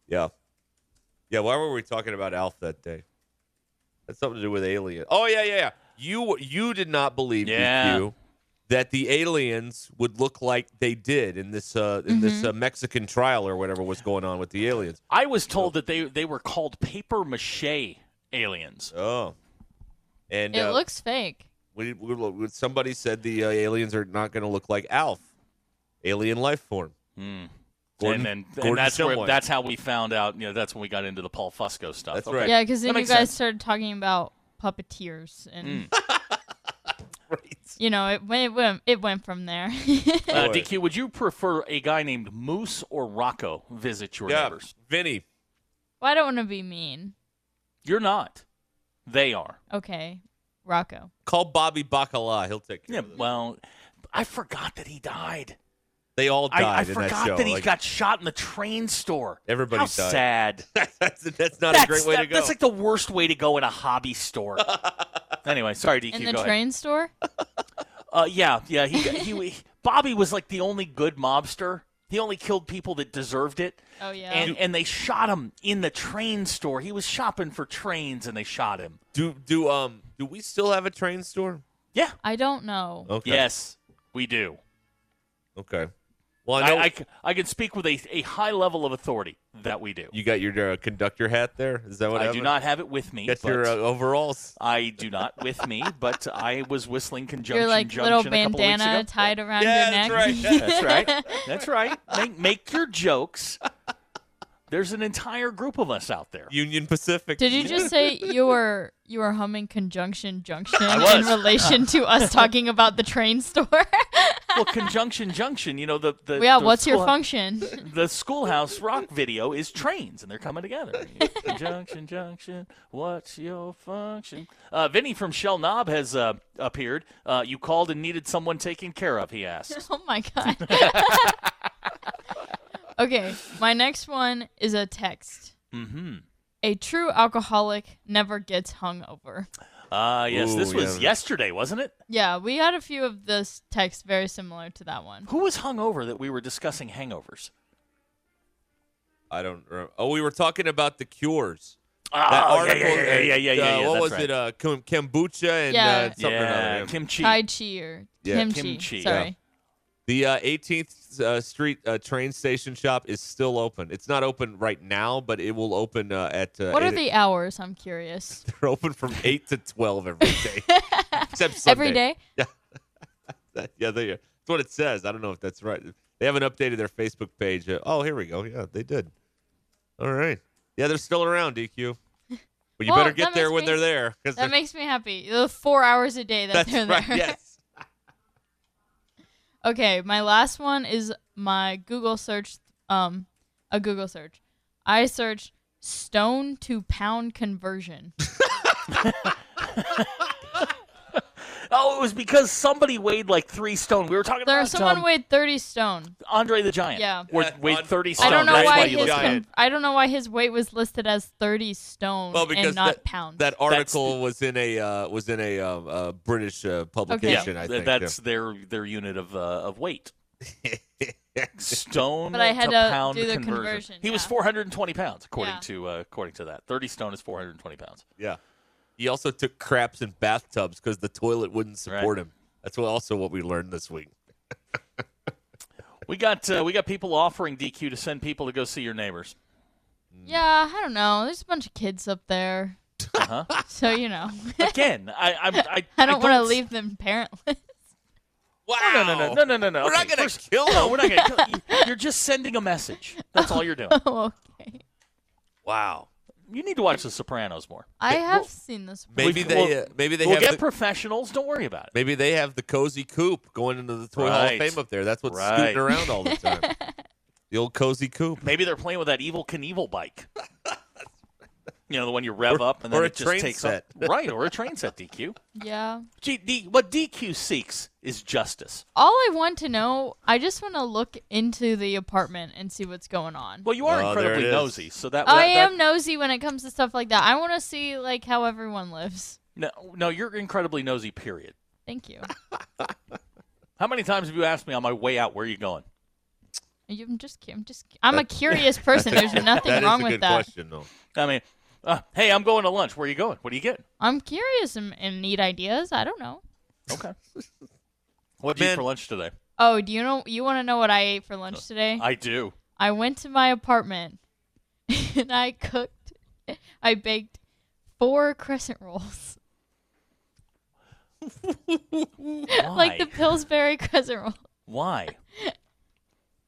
C: Yeah. Yeah, why were we talking about Alf that day? That's something to do with alien. Oh yeah, yeah, yeah. You you did not believe
D: Yeah.
C: DQ, that the aliens would look like they did in this uh, in
E: Mm-hmm.
C: this uh, Mexican trial or whatever was going on with the aliens.
D: I was told that they they were called paper mache aliens.
C: Oh. And
E: It
C: uh,
E: looks fake.
C: we, we, we- somebody said the uh, aliens are not going to look like Alf, alien life form.
D: Mm.
C: Gordon-
D: and then and
C: Gordon
D: that's where,
C: Shumway.
D: that's how we found out. You know, that's when we got into the Paul Fusco stuff.
C: That's
D: Okay.
C: right.
E: Yeah, because
D: That
E: then you guys
D: makes sense.
E: started talking about puppeteers, and
D: Mm.
E: you know it, went- it went it went from there.
D: Uh,
C: Boy.
D: DQ, would you prefer a guy named Moose or Rocco visit your
C: Yeah,
D: neighbors?
C: Vinny,
E: well, I don't want to be mean.
D: You're not. They are.
E: Okay, Rocco.
C: call Bobby Bacala. He'll take care
D: Yeah.
C: of them.
D: Well, I forgot that he died.
C: They all died
D: I, I
C: in
D: forgot
C: that show.
D: that he
C: Like,
D: got shot in the train store.
C: Everybody
D: How
C: died.
D: sad.
C: that's, that's not a great way to
D: that-
C: go.
D: That's like the worst way to go in a hobby store. anyway, sorry, DQ.
E: In the
D: go ahead.
E: train store.
D: Uh, yeah, yeah. He, he, he- Bobby was like the only good mobster. He only killed people that deserved it.
E: Oh yeah.
D: And, and they shot him in the train store. He was shopping for trains, and they shot him.
C: do do um do we still have a train store?
D: Yeah.
E: I don't know.
D: Oh,
C: Okay.
D: Yes, we do.
C: Okay. Well, I
D: I,
C: know
D: I c- I can speak with a, a high level of authority that we do.
C: you got your uh, conductor hat there. Is that what
D: I do
C: happened?
D: not have it with me.
C: Got
D: but
C: your uh, overalls.
D: I do not with me, but I was whistling conjunction.
E: Your like
D: junction
E: little
D: a couple weeks
E: bandana
D: ago.
E: tied around
C: Yeah,
E: your neck.
C: that's right.
D: That's right. That's right. Make, make your jokes. There's an entire group of us out there.
C: Union Pacific.
E: Did you just say you were you were humming conjunction junction in
D: was.
E: relation to us talking about the train store?
D: well, conjunction junction. You know the the
E: yeah,
D: the
E: what's your
D: schoolhou-
E: function?
D: The schoolhouse rock video is trains, and they're coming together. conjunction junction. What's your function? Uh, Vinny from Shell Knob has uh, appeared. Uh, you called and needed someone taken care of. He asked.
E: oh my god. okay, my next one is a text.
D: Mm-hmm.
E: A true alcoholic never gets hungover.
D: Ah, yes, this
C: Ooh,
D: was
C: yeah.
D: yesterday, wasn't it?
E: Yeah, we had a few of this texts very similar to that one.
D: Who was hungover that we were discussing hangovers?
C: I don't remember. Oh, we were talking about the cures.
D: Oh, yeah, yeah, yeah, yeah, yeah, yeah,
C: uh,
D: yeah,
C: What
D: that's
C: was
D: right.
C: it? Uh, kim- kombucha and uh,
E: Yeah.
C: something or
D: Yeah,
C: other.
D: kimchi.
E: Tai Chi or
C: Yeah,
E: kimchi.
D: kimchi,
E: Sorry.
C: The uh, 18th uh, Street uh, train station shop is still open. It's not open right now, but it will open uh, at. Uh,
E: What are
C: eight-
E: the hours? I'm curious.
C: They're open from eight to twelve every day, except Sunday.
E: Every day?
C: Yeah, yeah, they, uh, that's what it says. I don't know if that's right. They haven't updated their Facebook page. Uh, oh, here we go. Yeah, they did. All right. Yeah, they're still around, DQ. But you
E: Well,
C: better get
E: that
C: there
E: makes
C: when
E: me-
C: they're there. 'cause
E: That
C: they're-
E: makes me happy. The four hours a day that
C: that's
E: they're
C: right.
E: there.
C: Yes.
E: Okay, my last one is my Google search. Um, a Google search. I searched stone to pound conversion.
D: Oh, it was because somebody weighed like three stone. We were talking
E: There,
D: about
E: someone
D: um,
E: weighed thirty stone.
D: Andre the Giant.
E: Yeah.
D: Or
C: Yeah,
D: weighed
C: An-
D: thirty
E: I
D: stone.
E: don't know
D: That's
E: why,
D: why you
E: his
D: look at
E: con- I don't know why his weight was listed as thirty stone
C: Well, because
E: and not
C: that,
E: pounds.
C: that article was in a uh, was in a um, uh, British uh,
D: Yeah,
C: publication. I
D: th-
C: think
D: that's their their unit of uh, of weight. Stone
E: But I had
D: to
E: to
D: pound
E: do the
D: conversion.
E: conversion,
D: He was
E: yeah.
D: 420 pounds, according
E: Yeah.
D: to uh, according to that. 30 stone is 420 pounds.
C: yeah. He also took craps in bathtubs because the toilet wouldn't support him. That's what, also what we learned this week.
D: We got uh, we got people offering DQ to send people to go see your neighbors.
E: yeah, I don't know. There's a bunch of kids up there,
D: Uh-huh.
E: so you know.
D: Again, I I'm, I
E: I don't want to
D: s-
E: leave them parentless.
C: Wow.
D: No, no, no, no, no, no, no.
C: We're not
D: Okay,
C: gonna
D: first-
C: kill
D: No,
C: him.
D: we're not going to kill. you- You're just sending a message. That's all you're doing.
E: okay.
C: Wow.
D: You need to watch The Sopranos more.
E: I
C: Well,
E: have seen this. one.
C: Maybe
D: We've-
C: they
D: we'll-
C: uh, maybe they
D: we'll
C: have
D: get
C: the,
D: professionals. Don't worry about it.
C: maybe they have the cozy coop going into the toy hall of
D: Right.
C: fame up there. That's what's
D: Right.
C: scooting around all the time. the old cozy coop.
D: Maybe they're playing with that evil Knievel bike. you know, the one you rev
C: Or-
D: up and then
C: or a
D: it just
C: train
D: takes
C: set.
D: off. Right, or a train set DQ.
E: Yeah.
D: Gee, D, what DQ seeks is justice.
E: All I want to know, I just want to look into the apartment and see what's going on.
D: Well, you are
C: Well, Oh, there
D: incredibly
C: it is.
D: nosy, so that
E: I
D: that-
E: am nosy when it comes to stuff like that. I want to see like how everyone lives.
D: No, no, you're incredibly nosy. Period.
E: Thank you.
D: How many times have you asked me on my way out where are you going?
E: You- I'm just, cu- I'm just, I'm a curious person. There's nothing
C: That is
E: wrong
C: a
E: with
C: good
E: that.
C: question though.
D: I mean, uh, hey, I'm going to lunch. Where are you going? What do you get?
E: I'm curious and, and need ideas. I don't know.
D: Okay. What do you eat
C: Man.
D: for lunch today?
E: Oh, do you know? You want to know what I ate for lunch today?
D: Uh, I do.
E: I went to my apartment and I cooked, I baked four crescent rolls,
D: Why?
E: like the Pillsbury crescent roll.
D: Why?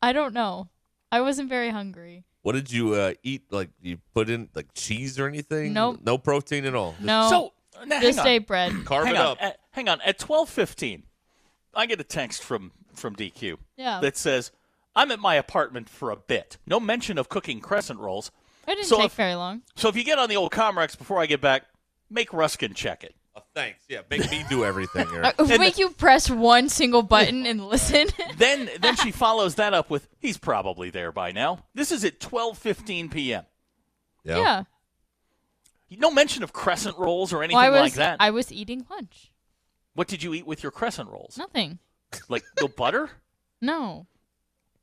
E: I don't know. I wasn't very hungry.
C: What did you uh, eat? Like you put in like cheese or anything?
E: Nope.
C: No protein at all. Just
E: No.
D: So now,
E: just
D: hang on.
E: ate bread.
C: Carve
D: hang
C: it
D: on,
C: up.
D: At, hang on. At twelve fifteen, I get a text from from DQ
E: Yeah.
D: that says, "I'm at my apartment for a bit." No mention of cooking crescent rolls.
E: It didn't
D: so
E: take
D: if-
E: very long.
D: So if you get on the old Comrex before I get back, make Ruskin check it.
C: Oh, thanks. Yeah. Make me do everything. Eric.
E: If Make Uh, you press one single button and listen.
D: Then then she follows that up with, "He's probably there by now." This is at twelve fifteen p.m.
E: yeah.
D: No mention of crescent rolls or anything
E: Well, I was
D: like that.
E: I was eating lunch.
D: what did you eat with your crescent rolls?
E: Nothing.
D: Like no butter?
E: No.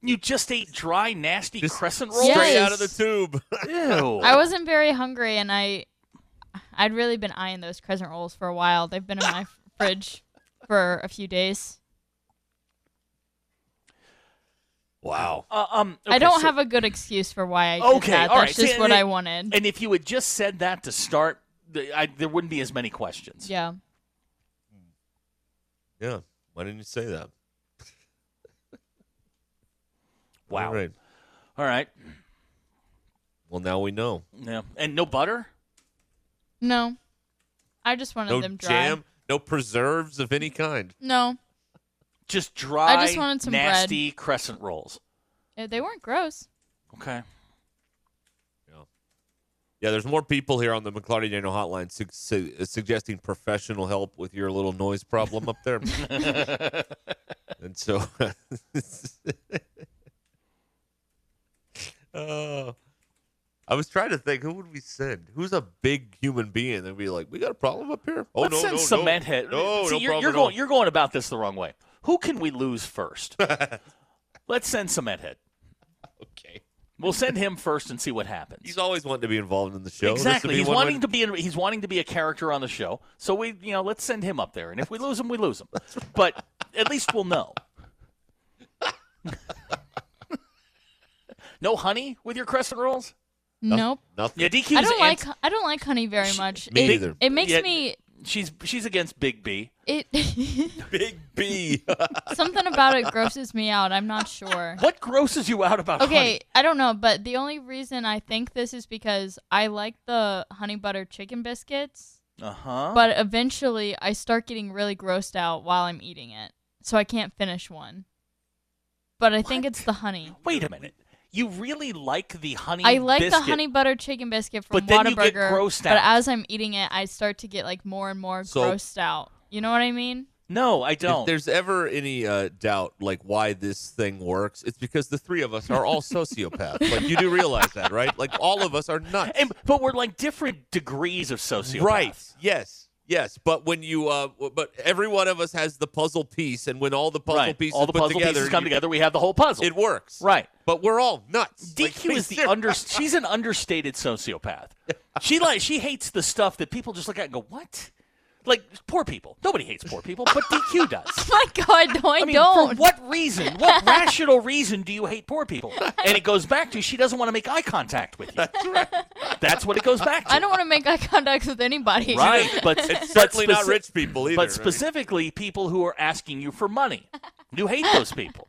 D: You just ate dry, nasty
C: Just
D: crescent rolls.
E: Yeah.
C: Straight
E: Yes.
C: out of the tube.
D: Ew.
E: I wasn't very hungry and I I'd really been eyeing those crescent rolls for a while. They've been in my fridge for a few days.
C: wow.
D: Uh, um,
E: I
D: okay,
E: don't
D: so-
E: have a good excuse for why I did
D: Okay,
E: that.
D: all
E: That's
D: right.
E: just
D: See,
E: what
D: and
E: I
D: it-
E: wanted.
D: And if you had just said that to start, the, I, there wouldn't be as many questions.
E: yeah.
C: Yeah. Why didn't you say that?
D: Wow.
C: All right.
D: All right.
C: Well, now we know.
D: Yeah. And no butter.
E: No. I just wanted
C: No
E: them dry.
C: jam. No preserves of any kind.
E: No.
D: Just dry,
E: I just wanted some bread.
D: nasty crescent rolls.
E: Eh, They weren't gross.
D: Okay.
C: Yeah, there's more people here on the McClarty Daniel hotline su- su- uh, suggesting professional help with your little noise problem up there. and so. oh. I was trying to think who would we send? Who's a big human being that'd be like, we got a problem up here? Oh,
D: Let's
C: no,
D: send
C: no,
D: cement
C: no.
D: head.
C: No,
D: See,
C: no
D: you're,
C: problem
D: you're
C: at all.
D: going you're going about this the wrong way. Who can we lose first? Let's send cement head.
C: Okay.
D: We'll send him first and see what happens.
C: He's always wanting to be involved in the show. This would
D: Exactly.
C: be
D: He's
C: one way
D: wanting to be in, he's wanting to be a character on the show. So we you know let's send him up there, and if we lose him, we lose him. But at least we'll know. no honey with your crescent rolls.
E: Nope.
C: Nothing.
D: Yeah, DQ's
E: I don't
D: anti-
E: like I don't like honey very much.
D: me
E: it,
D: either.
E: It makes
D: Yeah.
E: me
D: She's she's against Big B.
E: it
C: Big B.
E: something about it grosses me out. I'm not sure.
D: What grosses you out about
E: Okay, I don't know, but the only reason I think this is because I like the honey butter chicken biscuits,
D: honey? Uh huh.
E: but eventually I start getting really grossed out while I'm eating it, so I can't finish one. But I think it's the honey.
D: wait a minute. You really like the honey?
E: I like
D: biscuit.
E: the honey butter chicken biscuit from
D: But then you get
E: Whataburger,
D: grossed
E: but
D: out.
E: as I'm eating it, I start to get like more and more
C: So-
E: grossed out. You know what I mean?
D: No, I don't.
C: If there's ever any uh, doubt, like why this thing works, it's because the three of us are all sociopaths. Like you do realize that, right? Like all of us are nuts.
D: And- but we're like different degrees of sociopaths.
C: right? Yes, yes. But when you, uh, w- but every one of us has the puzzle piece, and when all the puzzle
D: right.
C: pieces
D: All the
C: put
D: puzzle
C: together,
D: pieces come
C: you-
D: together. We have the whole puzzle.
C: it works.
D: right.
C: But we're all nuts. Like,
D: DQ is
C: be
D: the
C: serious.
D: under. She's an understated sociopath. She like she hates the stuff that people just look at and go, "What?" Like poor people. Nobody hates poor people, but DQ does.
E: My God, no, I,
D: I mean,
E: don't.
D: for what reason? What rational reason do you hate poor people? And it goes back to she doesn't want to make eye contact with you. That's right. That's what it goes back to.
E: I don't want to make eye contact with anybody.
D: Right, but
C: It's
D: but
C: certainly not
D: speci-
C: rich people either. I mean,
D: But specifically, people who are asking you for money. You hate those people.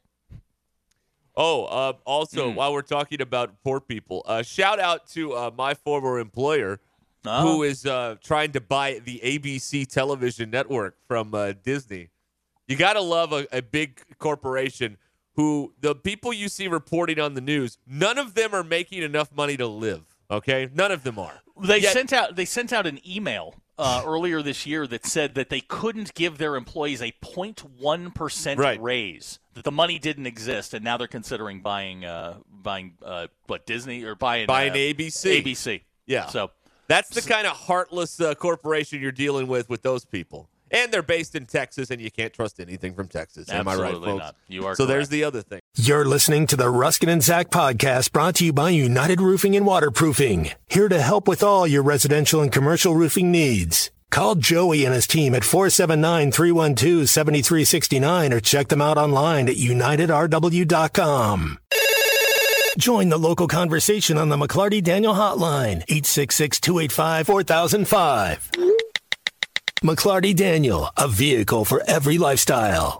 C: Oh, uh, also,
D: Hmm.
C: while we're talking about poor people, uh, shout out to uh, my former employer.
D: Oh.
C: who is uh, trying to buy the ABC television network from uh, Disney. You got to love a, a big corporation who the people you see reporting on the news, none of them are making enough money to live. Okay, none of them are.
D: They
C: Yet-
D: sent out they sent out an email uh, earlier this year that said that they couldn't give their employees a 0.1 percent
C: Right.
D: raise. That the money didn't exist, and now they're considering buying uh, buying uh, what Disney or buying
C: Buying
D: uh,
C: ABC.
D: ABC.
C: Yeah.
D: So
C: That's the kind of heartless uh, corporation you're dealing with with those people. And they're based in Texas, and you can't trust anything from Texas. Am I right,
D: Absolutely
C: folks?
D: not. You are
C: So there's
D: correct.
C: the other thing.
B: You're listening to the Ruskin and Zach podcast brought to you by United Roofing and Waterproofing, here to help with all your residential and commercial roofing needs. Call Joey and his team at 479-312-7369 or check them out online at unitedrw.com. Join the local conversation on the McClarty Daniel Hotline, 866-285-4005. McClarty Daniel, a vehicle for every lifestyle.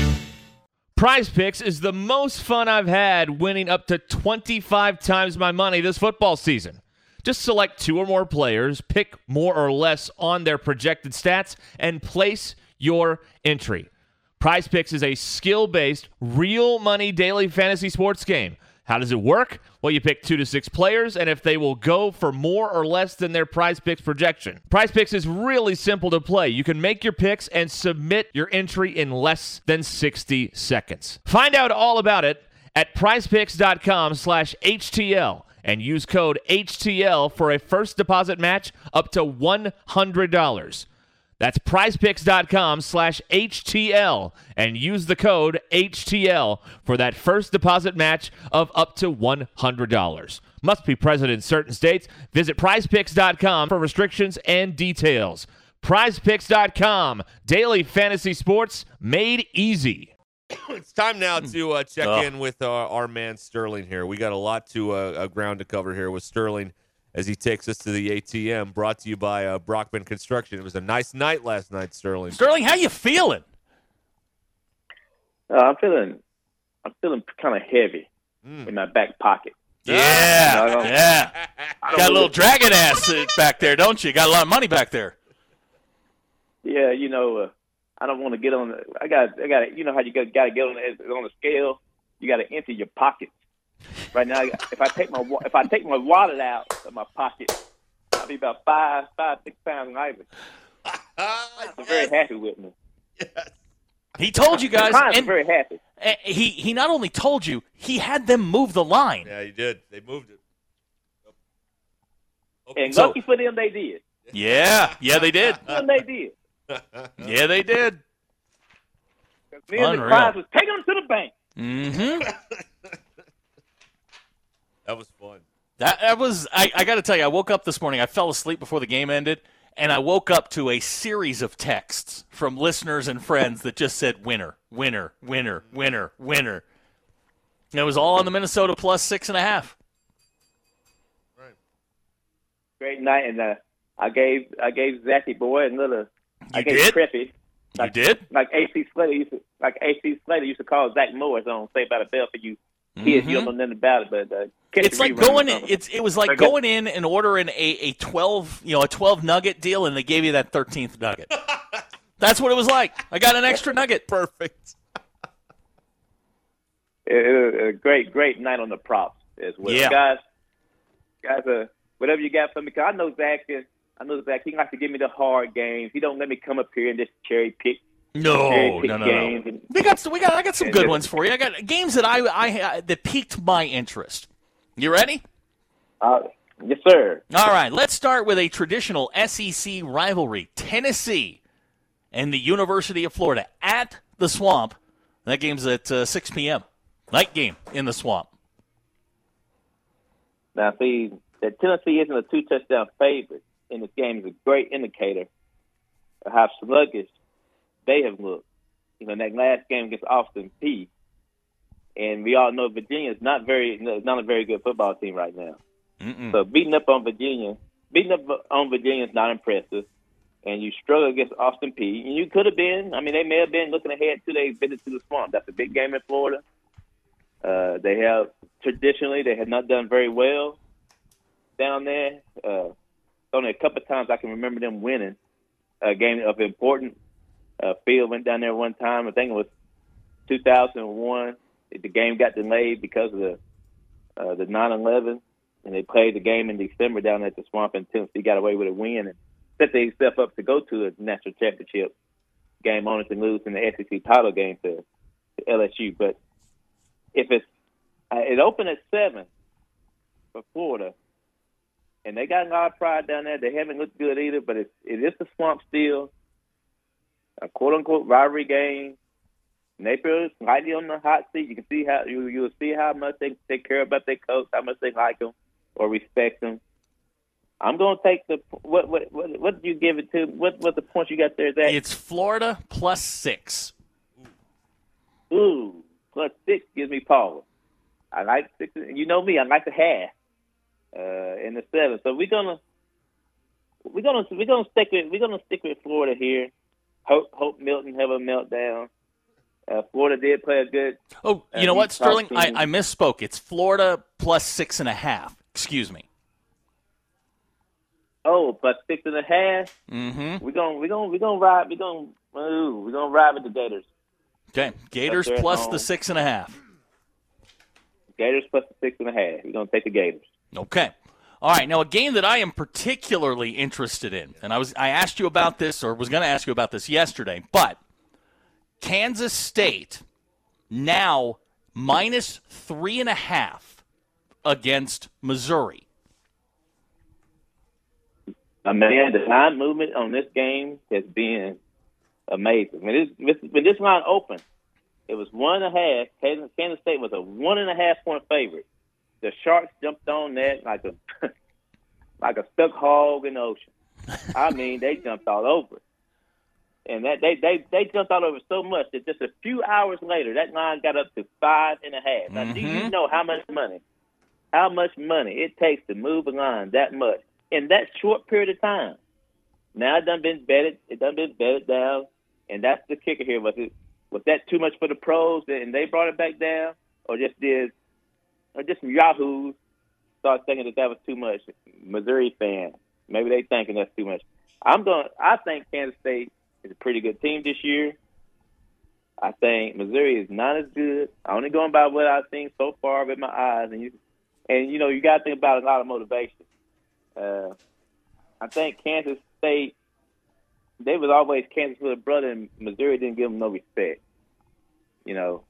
F: Prize Picks is the most fun I've had winning up to 25 times my money this football season. Just select two or more players, pick more or less on their projected stats, and place your entry. Prize Picks is a skill based, real money daily fantasy sports game. How does it work? Well, you pick two to six players, and if they will go for more or less than their prize picks projection. Prize picks is really simple to play. You can make your picks and submit your entry in less than 60 seconds. Find out all about it at prizepicks.com slash HTL and use code HTL for a first deposit match up to $100. That's prizepicks.com slash HTL and use the code HTL for that first deposit match of up to $100. Must be present in certain states. Visit prizepicks.com for restrictions and details. Prizepicks.com, daily fantasy sports made easy. Hmm.
C: it's time now to uh, check in with our, our man Sterling here. We got a lot to uh, uh, ground to cover here with Sterling as he takes us to the ATM. Brought to you by uh, Brockman Construction. It was a nice night last night, Sterling.
D: Sterling, how you feeling?
I: Uh, I'm feeling, I'm feeling kind of heavy in my back pocket.
D: Yeah, yeah. Got a little dragon ass uh, back there, don't you? Got a lot of money back there.
I: Yeah, you know, uh, I don't want to get on. The, I got, I got. You know how you got to get on the, on the scale. You got to empty your pockets. Right now, I- if I take my wa- if I take my wallet out of my pocket, I'll be about five, five, six pounds lighter. I'm very happy with me.
D: He told you guys,
I: Clients are
D: and
I: very happy.
D: uh, he he not only told you, he had them move the line.
C: Yeah, he did. They moved it.
I: And
D: So-
I: lucky for them, they did.
D: Yeah, yeah, they did.
I: Them they did.
D: Yeah, they did.
I: Me and
D: Unreal.
I: the clients was taking them to the bank.
D: Mm-hmm.
C: That was fun.
D: That, that was I, I got to tell you, I woke up this morning. I fell asleep before the game ended, and I woke up to a series of texts from listeners and friends that just said "winner, winner, winner, winner, winner." And it was all on the Minnesota plus six and a half.
I: Great night, and uh, I gave I gave Zachy boy another. I
D: You
I: gave
D: did?
I: Creppy.
D: You did?
I: like AC Slater used to like AC Slater used to call Zach Morris on Say by the Bell for you. Kids, you don't know nothing about it, but uh, catch
D: Mm-hmm. It's
I: the
D: like
I: reruns
D: going.
I: or something.
D: It's it was like
I: Like a-
D: going in and ordering a, a twelve you know a twelve nugget deal, and they gave you that thirteenth nugget. That's what it was like. I got an extra nugget.
C: Perfect.
I: It- it- a great great night on the props as well,
D: Yeah.
I: guys. Guys, uh, whatever you got for me, 'cause I know Zach. Is, I know Zach. He likes to give me the hard games. He don't let me come up here and just cherry pick. cherry
D: No,
I: pick
D: no, no,
I: games
D: no.
I: and-
D: We got some, we got I got some
I: And
D: good
I: it-
D: ones for you. I got games that I I uh, that piqued my interest. You ready?
I: Uh, yes, sir.
D: All right, let's start with a traditional SEC rivalry: Tennessee and the University of Florida at the Swamp. That game's at uh, 6 p.m. Night game in the Swamp.
I: Now, see, that Tennessee isn't a two touchdown favorite in this game is a great indicator of how sluggish they have looked. You know, in that last game against Austin P, and we all know Virginia is not very not a very good football team right now.
K: Mm-mm.
I: So beating up on Virginia, beating up on Virginia is not impressive. And you struggle against Austin P. And you could have been. I mean, they may have been looking ahead to they visit to the swamp. That's a big game in Florida. Uh, they have traditionally they have not done very well down there. Uh, only a couple of times I can remember them winning a game of importance. Uh, Field went down there one time. I think it was 2001. The game got delayed because of the uh, the 9/11 and they played the game in December down at the Swamp, and Tennessee got away with a win and set themselves up to go to a national championship game, only to lose in the SEC title game to, to LSU. But if it's uh, it opened at seven for Florida, and they got a lot of pride down there. They haven't looked good either, but it's, it is the Swamp still, a quote unquote rivalry game. Napier is slightly on the hot seat. You can see how you you will see how much they, they care about their coach, how much they like him or respect him. I'm going to take the what what what what did you give it to? What what the points you got there? Zach?
D: It's Florida plus six.
I: Ooh, plus six gives me power. I like six. You know me. I like the half uh, and the seven. So we're gonna we're gonna we're gonna stick with we're gonna stick with Florida here. Hope Hope Milton have a meltdown. Uh, Florida did play a good.
D: Oh,
I: uh,
D: you know what,
I: East
D: Sterling?
I: Coast
D: I,
I: team.
D: I misspoke. It's Florida plus six and a half. Excuse me.
I: oh, plus six and a half.
D: Mm-hmm.
I: We're gonna we're gonna we're gonna ride. We're gonna ooh, we're gonna ride with the Gators.
D: Okay, Gators
I: That's it.
D: plus
I: Oh.
D: the six and a half.
I: Gators plus the six and a half. We're going to take the Gators.
D: Okay. All right. Now, a game that I am particularly interested in, and I was I asked you about this, or was going to ask you about this yesterday, but Kansas State now minus three and a half against Missouri.
I: I mean, the line movement on this game has been amazing. When this, when this line opened, it was one and a half. Kansas, Kansas State was a one and a half point favorite. The Sharks jumped on that like a like a stuck hog in the ocean. I mean, they jumped all over it, and that they they they jumped all over it so much that just a few hours later, that line got up to five and a half. Now, do you know how much money, how much money it takes to move a line that much in that short period of time? Now it done been bedded, it done been bedded down, and that's the kicker here. Was it was that too much for the pros and they brought it back down, or just did, or just Yahoo start thinking that that was too much? Missouri fan, maybe they thinking that's too much. I'm going. I think Kansas State is a pretty good team this year. I think Missouri is not as good. I'm only going by what I've seen so far with my eyes, and you, and you know you got to think about a lot of motivation. Uh, I think Kansas State they was always Kansas little brother, and Missouri didn't give them no respect. You know,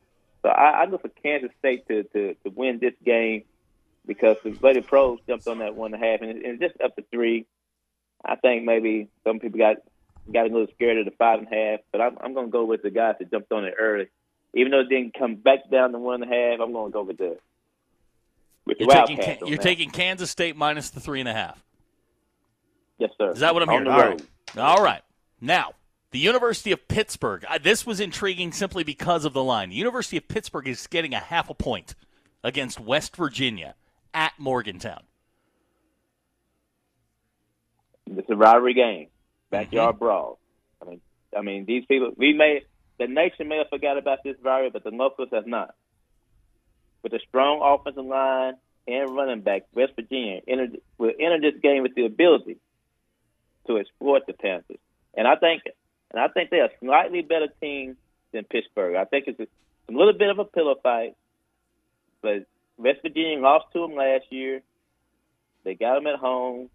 I: so I, I look for Kansas State to, to, to win this game because the Bloody Pros jumped on that one and a half, and, it, and just up to three. I think maybe some people got got a little scared of the five and a half, but I'm, I'm going to go with the guys that jumped on it early, even though it didn't come back down to one and a half. I'm going to go with the with the
D: You're, taking,
I: Wildcats.
D: Ka-
I: on
D: you're
I: that.
D: taking Kansas State minus the three and a half.
I: yes, sir.
D: Is that what I'm hearing?
I: On the
D: All right.
I: road.
D: All right. Now, the University of Pittsburgh. I, this was intriguing simply because of the line. The University of Pittsburgh is getting a half a point against West Virginia at Morgantown.
I: It's a rivalry game, backyard brawl. I mean, I mean, these people. We may the nation may have forgot about this rivalry, but the locals have not. With a strong offensive line and running back, West Virginia entered, will enter this game with the ability to exploit the Panthers, and I think, and I think they're a slightly better team than Pittsburgh. I think it's a, a little bit of a pillow fight, but West Virginia lost to them last year. They got them at home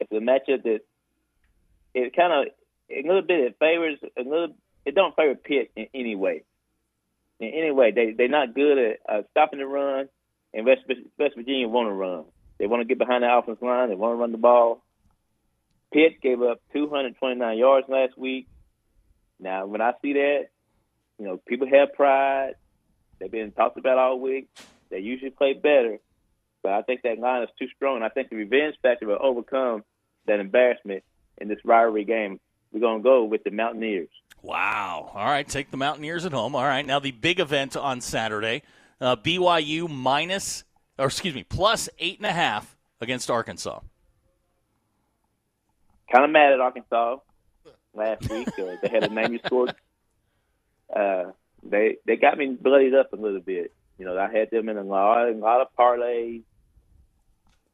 I: it's a matchup that it kind of a little bit it favors a little it don't favor Pitt in any way. In any way, they they're not good at uh, stopping the run, and West West Virginia want to run. They want to get behind the offensive line. They want to run the ball. Pitt gave up 229 yards last week. Now, when I see that, you know people have pride. They've been talked about all week. They usually play better. But I think that line is too strong, and I think the revenge factor will overcome that embarrassment in this rivalry game. We're gonna go with the Mountaineers.
D: Wow. All right. Take the Mountaineers at home. All right. Now, the big event on Saturday uh, BYU minus, or excuse me, plus eight and a half against Arkansas.
I: Kind of mad at Arkansas last week. uh, they had a name you scored. Uh, they they got me bloodied up a little bit. You know, I had them in a lot a lot of parlays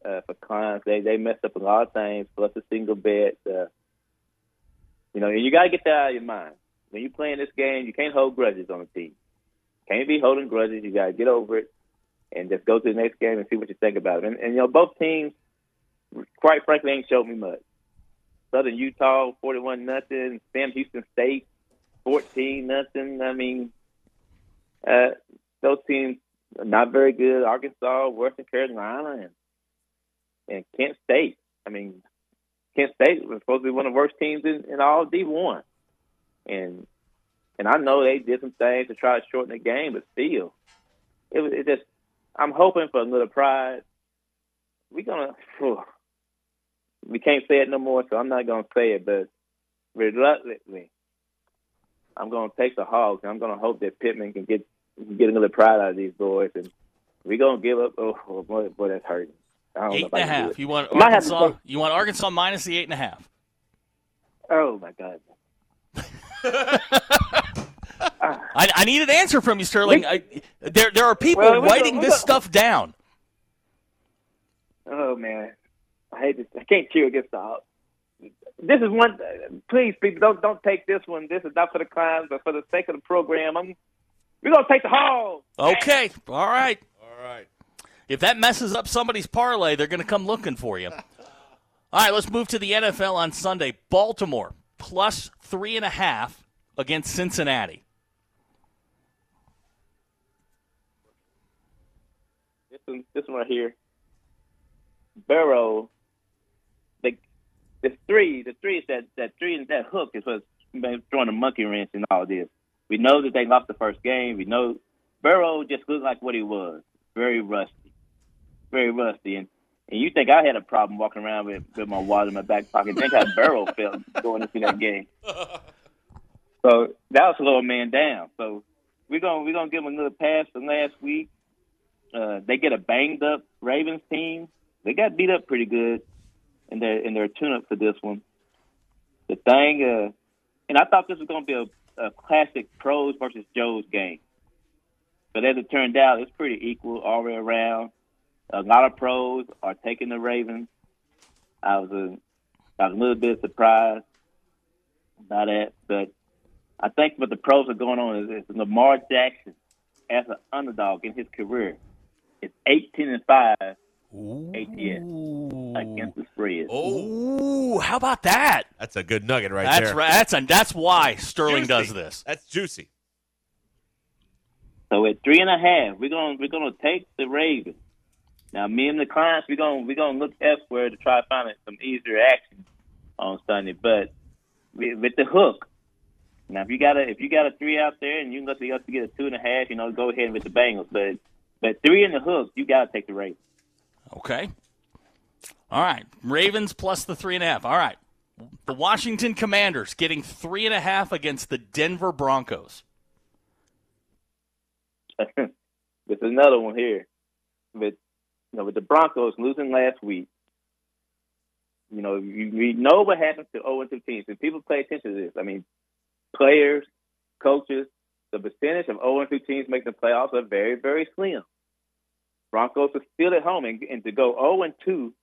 I: uh, for clients. They they messed up a lot of things, plus a single bet. Uh, you know, and you got to get that out of your mind. When you're playing this game, you can't hold grudges on the team. Can't be holding grudges. You got to get over it and just go to the next game and see what you think about it. And, and you know, both teams, quite frankly, ain't showed me much. Southern Utah, forty-one nothing. Sam Houston State, fourteen nothing. I mean, uh, those teams are not very good. Arkansas, Western Carolina, and and Kent State. I mean, Kent State was supposed to be one of the worst teams in, in all D one, and and I know they did some things to try to shorten the game, but still, it was it just. I'm hoping for a little pride. We're gonna. phew, we can't say it no more, so I'm not gonna say it. But reluctantly, I'm gonna take the Hogs. and I'm gonna hope that Pittman can get can get another pride out of these boys, and we're gonna give up. Oh, oh, boy, boy, that's hurting. I don't know
D: Eight
I: if I
D: and a
I: can do
D: half.
I: it.
D: You want
I: I might have to
D: Arkansas?
I: say-
D: You want Arkansas minus the eight and a half?
I: Oh my God.
D: I, I need an answer from you, Sterling. I, there, there are people
I: Well, we
D: writing
I: go- we
D: this
I: go-
D: stuff down.
I: Oh man, I hate this. I can't cheer against the Hawks. This is one. Please, people, don't don't take this one. This is not for the clowns, but for the sake of the program. I'm. We're gonna take the Hogs.
D: Okay, all right. If that messes up somebody's parlay, they're going to come looking for you. All right, let's move to the NFL on Sunday. Baltimore plus three and a half against Cincinnati.
I: This one, this one right here. Burrow. The the three, the three is that that three is that hook is what's been throwing a monkey wrench in all this. We know that they lost the first game. We know Burrow just looked like what he was, very rusty, very rusty. And and you think I had a problem walking around with, with my wallet in my back pocket? Think how Burrow felt going into that game. So that was a little man down. So we're gonna we're gonna give them a little pass from last week. Uh, they get a banged up Ravens team. They got beat up pretty good in their in their tune up for this one. The thing, uh, and I thought this was gonna be a, a classic pros versus Joes game, but as it turned out, it's pretty equal all the way around. A lot of pros are taking the Ravens. I was a, I was a little bit surprised by that, but I think what the pros are going on is, is Lamar Jackson as an underdog in his career is 18 and 5 ATS against the spread.
D: Ooh, how about that?
C: That's a good nugget right
D: that's
C: there.
D: right. That's and that's why Sterling
C: Juicy.
D: does this.
C: That's juicy.
I: So at three and a half, we're gonna we're gonna take the Ravens. Now, me and the clients, we're gonna we're gonna look elsewhere to try to find some easier action on Sunday. But with, with the hook, now if you got a if you got a three out there and you look the up to get a two and a half, you know, go ahead with the Bengals. But but three in the hook, you gotta take the Ravens.
D: Okay. All right. Ravens plus the three and a half. All right. The Washington Commanders getting three and a half against the Denver Broncos.
I: There's another one here. With you know, with the Broncos losing last week, you know, you, we know what happens to 0 2 teams. And people pay attention to this. I mean, players, coaches, the percentage of 0 2 teams making the playoffs are very, very slim. Broncos are still at home, and, and to go 0 2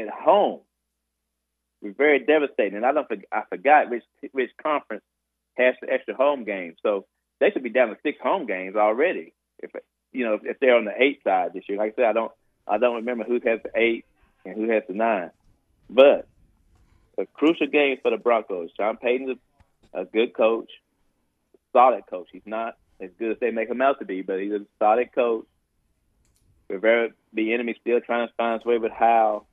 I: at home was very devastating. And I don't, forg- I forgot which which conference has the extra home games, so they should be down to six home games already. If you know, if, if they're on the eight side this year, like I said, I don't, I don't remember who has the eight and who has the nine, but a crucial game for the Broncos. Sean Payton's a, a good coach, solid coach. He's not as good as they make him out to be, but he's a solid coach. Rivera, the enemy, still trying to find his way with how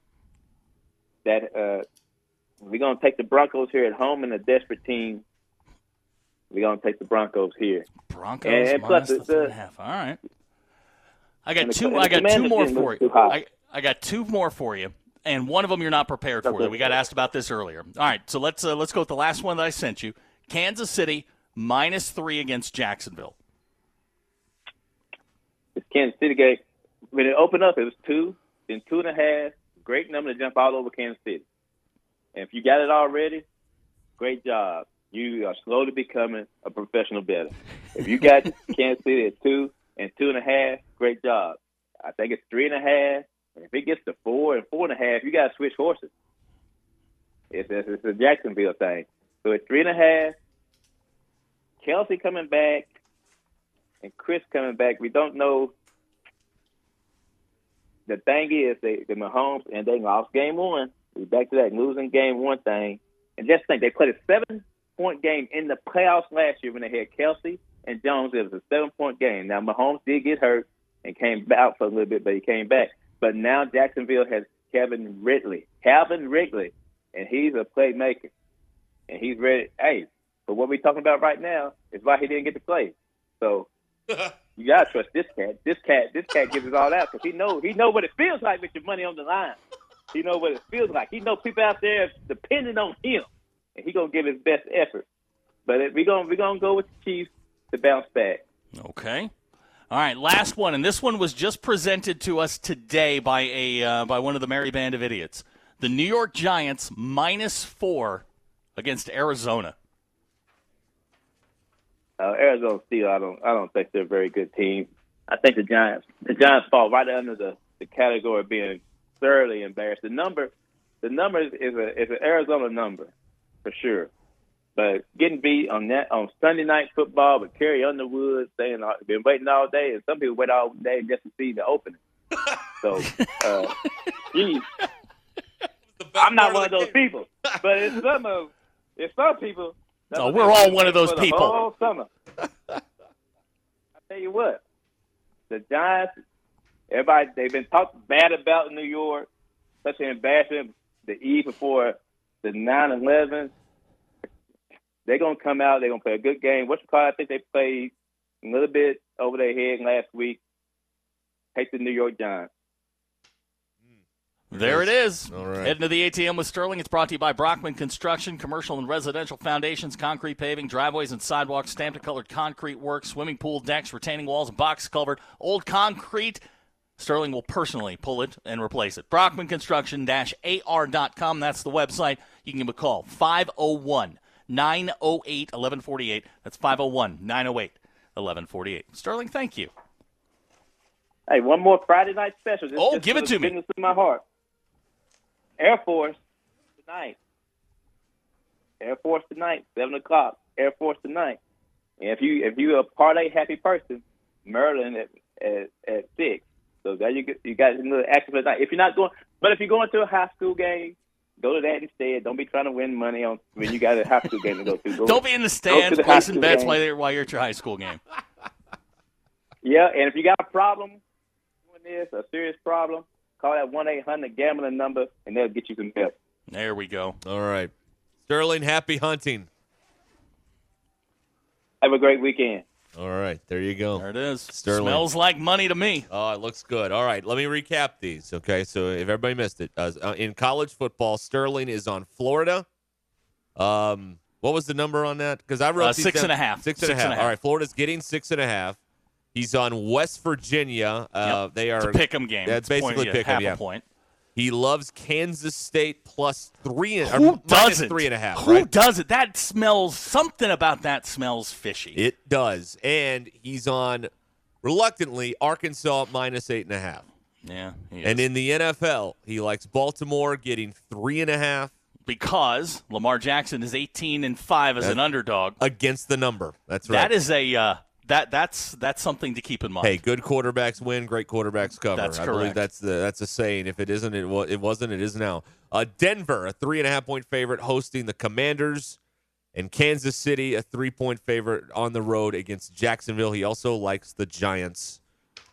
I: that uh, we're gonna take the Broncos here at home and a desperate team. We're gonna take the Broncos here.
D: Broncos
I: And- and
D: minus
I: plus
D: the
I: it's
D: three
I: a-
D: and a half. All right. I got
I: And the-
D: two.
I: and
D: I
I: the
D: got two
I: Commanders
D: more
I: didn't look
D: for you.
I: too hot.
D: I, I got two more for you, and one of them you're not prepared for. That we got asked about this earlier. All right, so let's uh, let's go with the last one that I sent you. Kansas City minus three against Jacksonville.
I: It's Kansas City game. When it opened up, it was two, then two and a half. Great number to jump all over Kansas City. And if you got it already, great job. You are slowly becoming a professional better. If you got Kansas City at two and two and a half, great job. I think it's three and a half. And if it gets to four and four and a half, you got to switch horses. It's, it's, it's a Jacksonville thing. So it's three and a half. Kelsey coming back and Chris coming back. We don't know. The thing is, they the Mahomes and they lost game one. We back to that losing game one thing. And just think, they played a seven point game in the playoffs last year when they had Kelsey and Jones. It was a seven point game. Now Mahomes did get hurt and came out for a little bit, but he came back. But now Jacksonville has Kevin Ridley, Calvin Ridley, and he's a playmaker, and he's ready. Hey, but what we're talking about right now is why he didn't get to play. So you gotta trust this cat. This cat, this cat gives it all out because he know he know what it feels like with your money on the line. He know what it feels like. He know people out there depending on him, and he gonna give his best effort. But if we gonna we gonna go with the Chiefs to bounce back.
D: Okay. All right, last one, and this one was just presented to us today by a uh, by one of the merry band of idiots. The New York Giants minus four against Arizona.
I: Uh, Arizona Steel, I don't I don't think they're a very good team. I think the Giants the Giants fall right under the, the category of being thoroughly embarrassed. The number the number is a is an Arizona number for sure. But getting beat on that on Sunday night football with Kerry Underwood saying I've been waiting all day, and some people wait all day just to see the opening. So, uh, geez, I'm not one of those people, but it's some of it's some people.
D: No, we're all one of those
I: for the
D: people.
I: Whole summer. I tell you what, the Giants. Everybody they've been talked bad about in New York, such an embarrassment the eve before the 9-11. They're gonna come out. They're gonna play a good game. What's the call? I think they played a little bit over their head last week. Take the New York Giants.
D: There it is.
C: All right.
D: Heading to the ATM with Sterling. It's brought to you by Brockman Construction, commercial and residential foundations, concrete paving, driveways and sidewalks, stamped and colored concrete work, swimming pool decks, retaining walls, and box culvert, old concrete. Sterling will personally pull it and replace it. Brockman Construction AR.com. That's the website. You can give them a call 501 908 1148. That's 501 908 1148. Sterling, thank you.
I: Hey, one more Friday night special. This,
D: Oh,
I: this
D: give it
I: is
D: to me.
I: Business in my heart. Air Force tonight. Air Force tonight, seven o'clock. Air Force tonight. And if you if you a parlay happy person, Maryland at at, at six. So there you go. you got another action for tonight. If you're not going, but if you're going to a high school game, go to that instead. Don't be trying to win money on when you got a high school game to go to. Go-
D: Don't be in the
I: go to
D: stands
I: the high
D: placing
I: school
D: bets
I: game.
D: while you're, while you're at your high school game.
I: Yeah, and if you got a problem doing this, a serious problem, call that one eight hundred gambling number, and they'll get you some help.
D: There we go.
C: All right. Sterling, happy hunting.
I: Have a great weekend.
C: All right. There you go. There
D: it is.
C: Sterling.
D: Smells like money to me.
C: Oh, it looks good. All right, let me recap these. Okay, so if everybody missed it, uh, uh, in college football, Sterling is on Florida. Um, what was the number on that? Because I wrote
D: Uh,
C: these
D: six
C: down-
D: and a half.
C: Six and a
D: Six
C: half.
D: and a half.
C: All right, Florida's getting six and a half. He's on West Virginia. Uh, They are
D: It's a pick 'em game.
C: That's
D: It's point-
C: basically
D: yeah,
C: pick 'em,
D: half a
C: yeah.
D: point.
C: He loves Kansas State plus three and or
D: Who
C: minus
D: does it?
C: three and a half.
D: Who
C: right?
D: does it? That smells something about that smells fishy.
C: It does, and he's on reluctantly Arkansas minus eight and a half.
D: Yeah. he
C: And
D: is.
C: in the NFL, he likes Baltimore getting three and a half
D: because Lamar Jackson is 18 and 5 as
C: That-
D: an underdog.
C: against the number. That's right.
D: That is a uh, that that's that's something to keep in mind.
C: Hey, good quarterbacks win, great quarterbacks cover.
D: That's
C: I believe
D: correct.
C: that's the that's a saying. If it isn't, it was it wasn't, it is now. Uh, Denver, a three and a half point favorite, hosting the Commanders, and Kansas City, a three point favorite on the road against Jacksonville. He also likes the Giants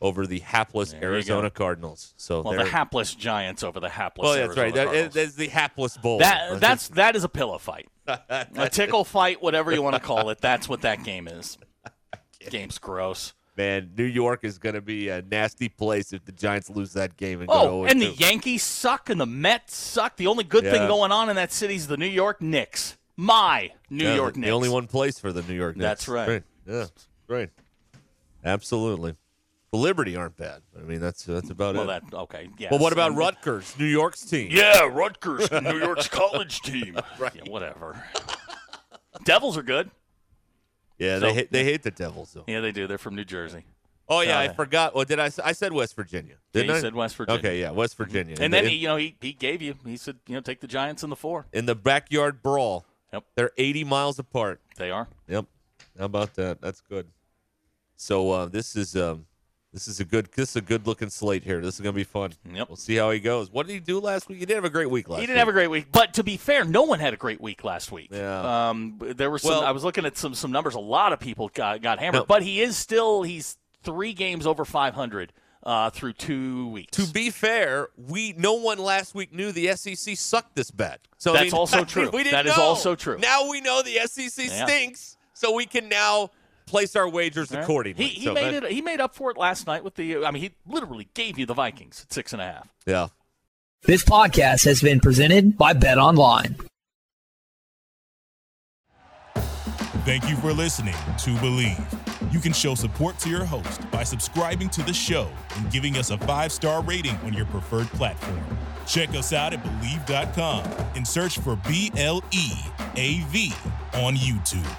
C: over the hapless
D: you
C: Arizona
D: go.
C: Cardinals. So
D: well,
C: there-
D: the hapless Giants over the hapless.
C: well, that's right.
D: Arizona
C: That,
D: Cardinals.
C: that's the hapless bowl.
D: That that's that is a pillow fight, a tickle fight, whatever you want to call it. That's what that game is. Game's gross.
C: man. New York is going to be a nasty place if the Giants lose that game and go to
D: Oh,
C: 0
D: and the
C: 2.
D: Yankees suck, and the Mets suck. The only good thing
C: Yeah.
D: going on in that city is the New York Knicks. My New
C: Yeah,
D: York
C: the,
D: Knicks.
C: The only one place for the New York Knicks.
D: That's right.
C: Yeah, right. Absolutely. The Liberty aren't bad. I mean, that's that's about
D: Well,
C: it.
D: that okay. Yeah.
C: Well, what about Rutgers, New York's team?
D: Yeah, Rutgers, New York's college team. right. Yeah, whatever. Devils are good.
C: Yeah,
D: So-
C: they hate, they hate the Devils though.
D: Yeah, they do. They're from New Jersey.
C: Oh yeah, I
D: Uh,
C: forgot. Well, did I? s- I said West Virginia.
D: Yeah,
C: Didn't
D: you
C: I?
D: said West Virginia. Mhm.
C: Okay, yeah, West Virginia.
D: And
C: In
D: then
C: the,
D: he, you know, he, he gave you. He said, you know, take the Giants in the four.
C: in the backyard brawl.
D: Yep.
C: They're 80 miles apart.
D: They are.
C: Yep. How about that? That's good. So uh, this is um, this is a good this is a good looking slate here. This is gonna be fun.
D: Yep.
C: We'll see how he goes. What did he do last week? He did have a great week last.
D: He didn't have a great week, but to be fair, no one had a great week last week.
C: Yeah.
D: Um, there were some.
C: Well-
D: I was looking at some some numbers. A lot of people got, got hammered,
C: No.
D: but he is still he's three games over 500 uh, through two weeks.
C: To be fair, we no one last week knew the SEC sucked this bad. So I
D: That's
C: mean,
D: also
C: I mean,
D: true.
C: We didn't
D: That is
C: know.
D: also true.
C: Now we know the SEC
D: Yeah.
C: stinks, so we can now place our wagers
D: All right.
C: accordingly.
D: He, he
C: So
D: made
C: that-
D: it. He made up for it last night with the. I mean, he literally gave you the Vikings at six and a half.
C: Yeah.
G: This podcast has been presented by Bet Online.
K: Thank you for listening to Believe. You can show support to your host by subscribing to the show and giving us a five star rating on your preferred platform. Check us out at Believe.com and search for B L E A V on YouTube.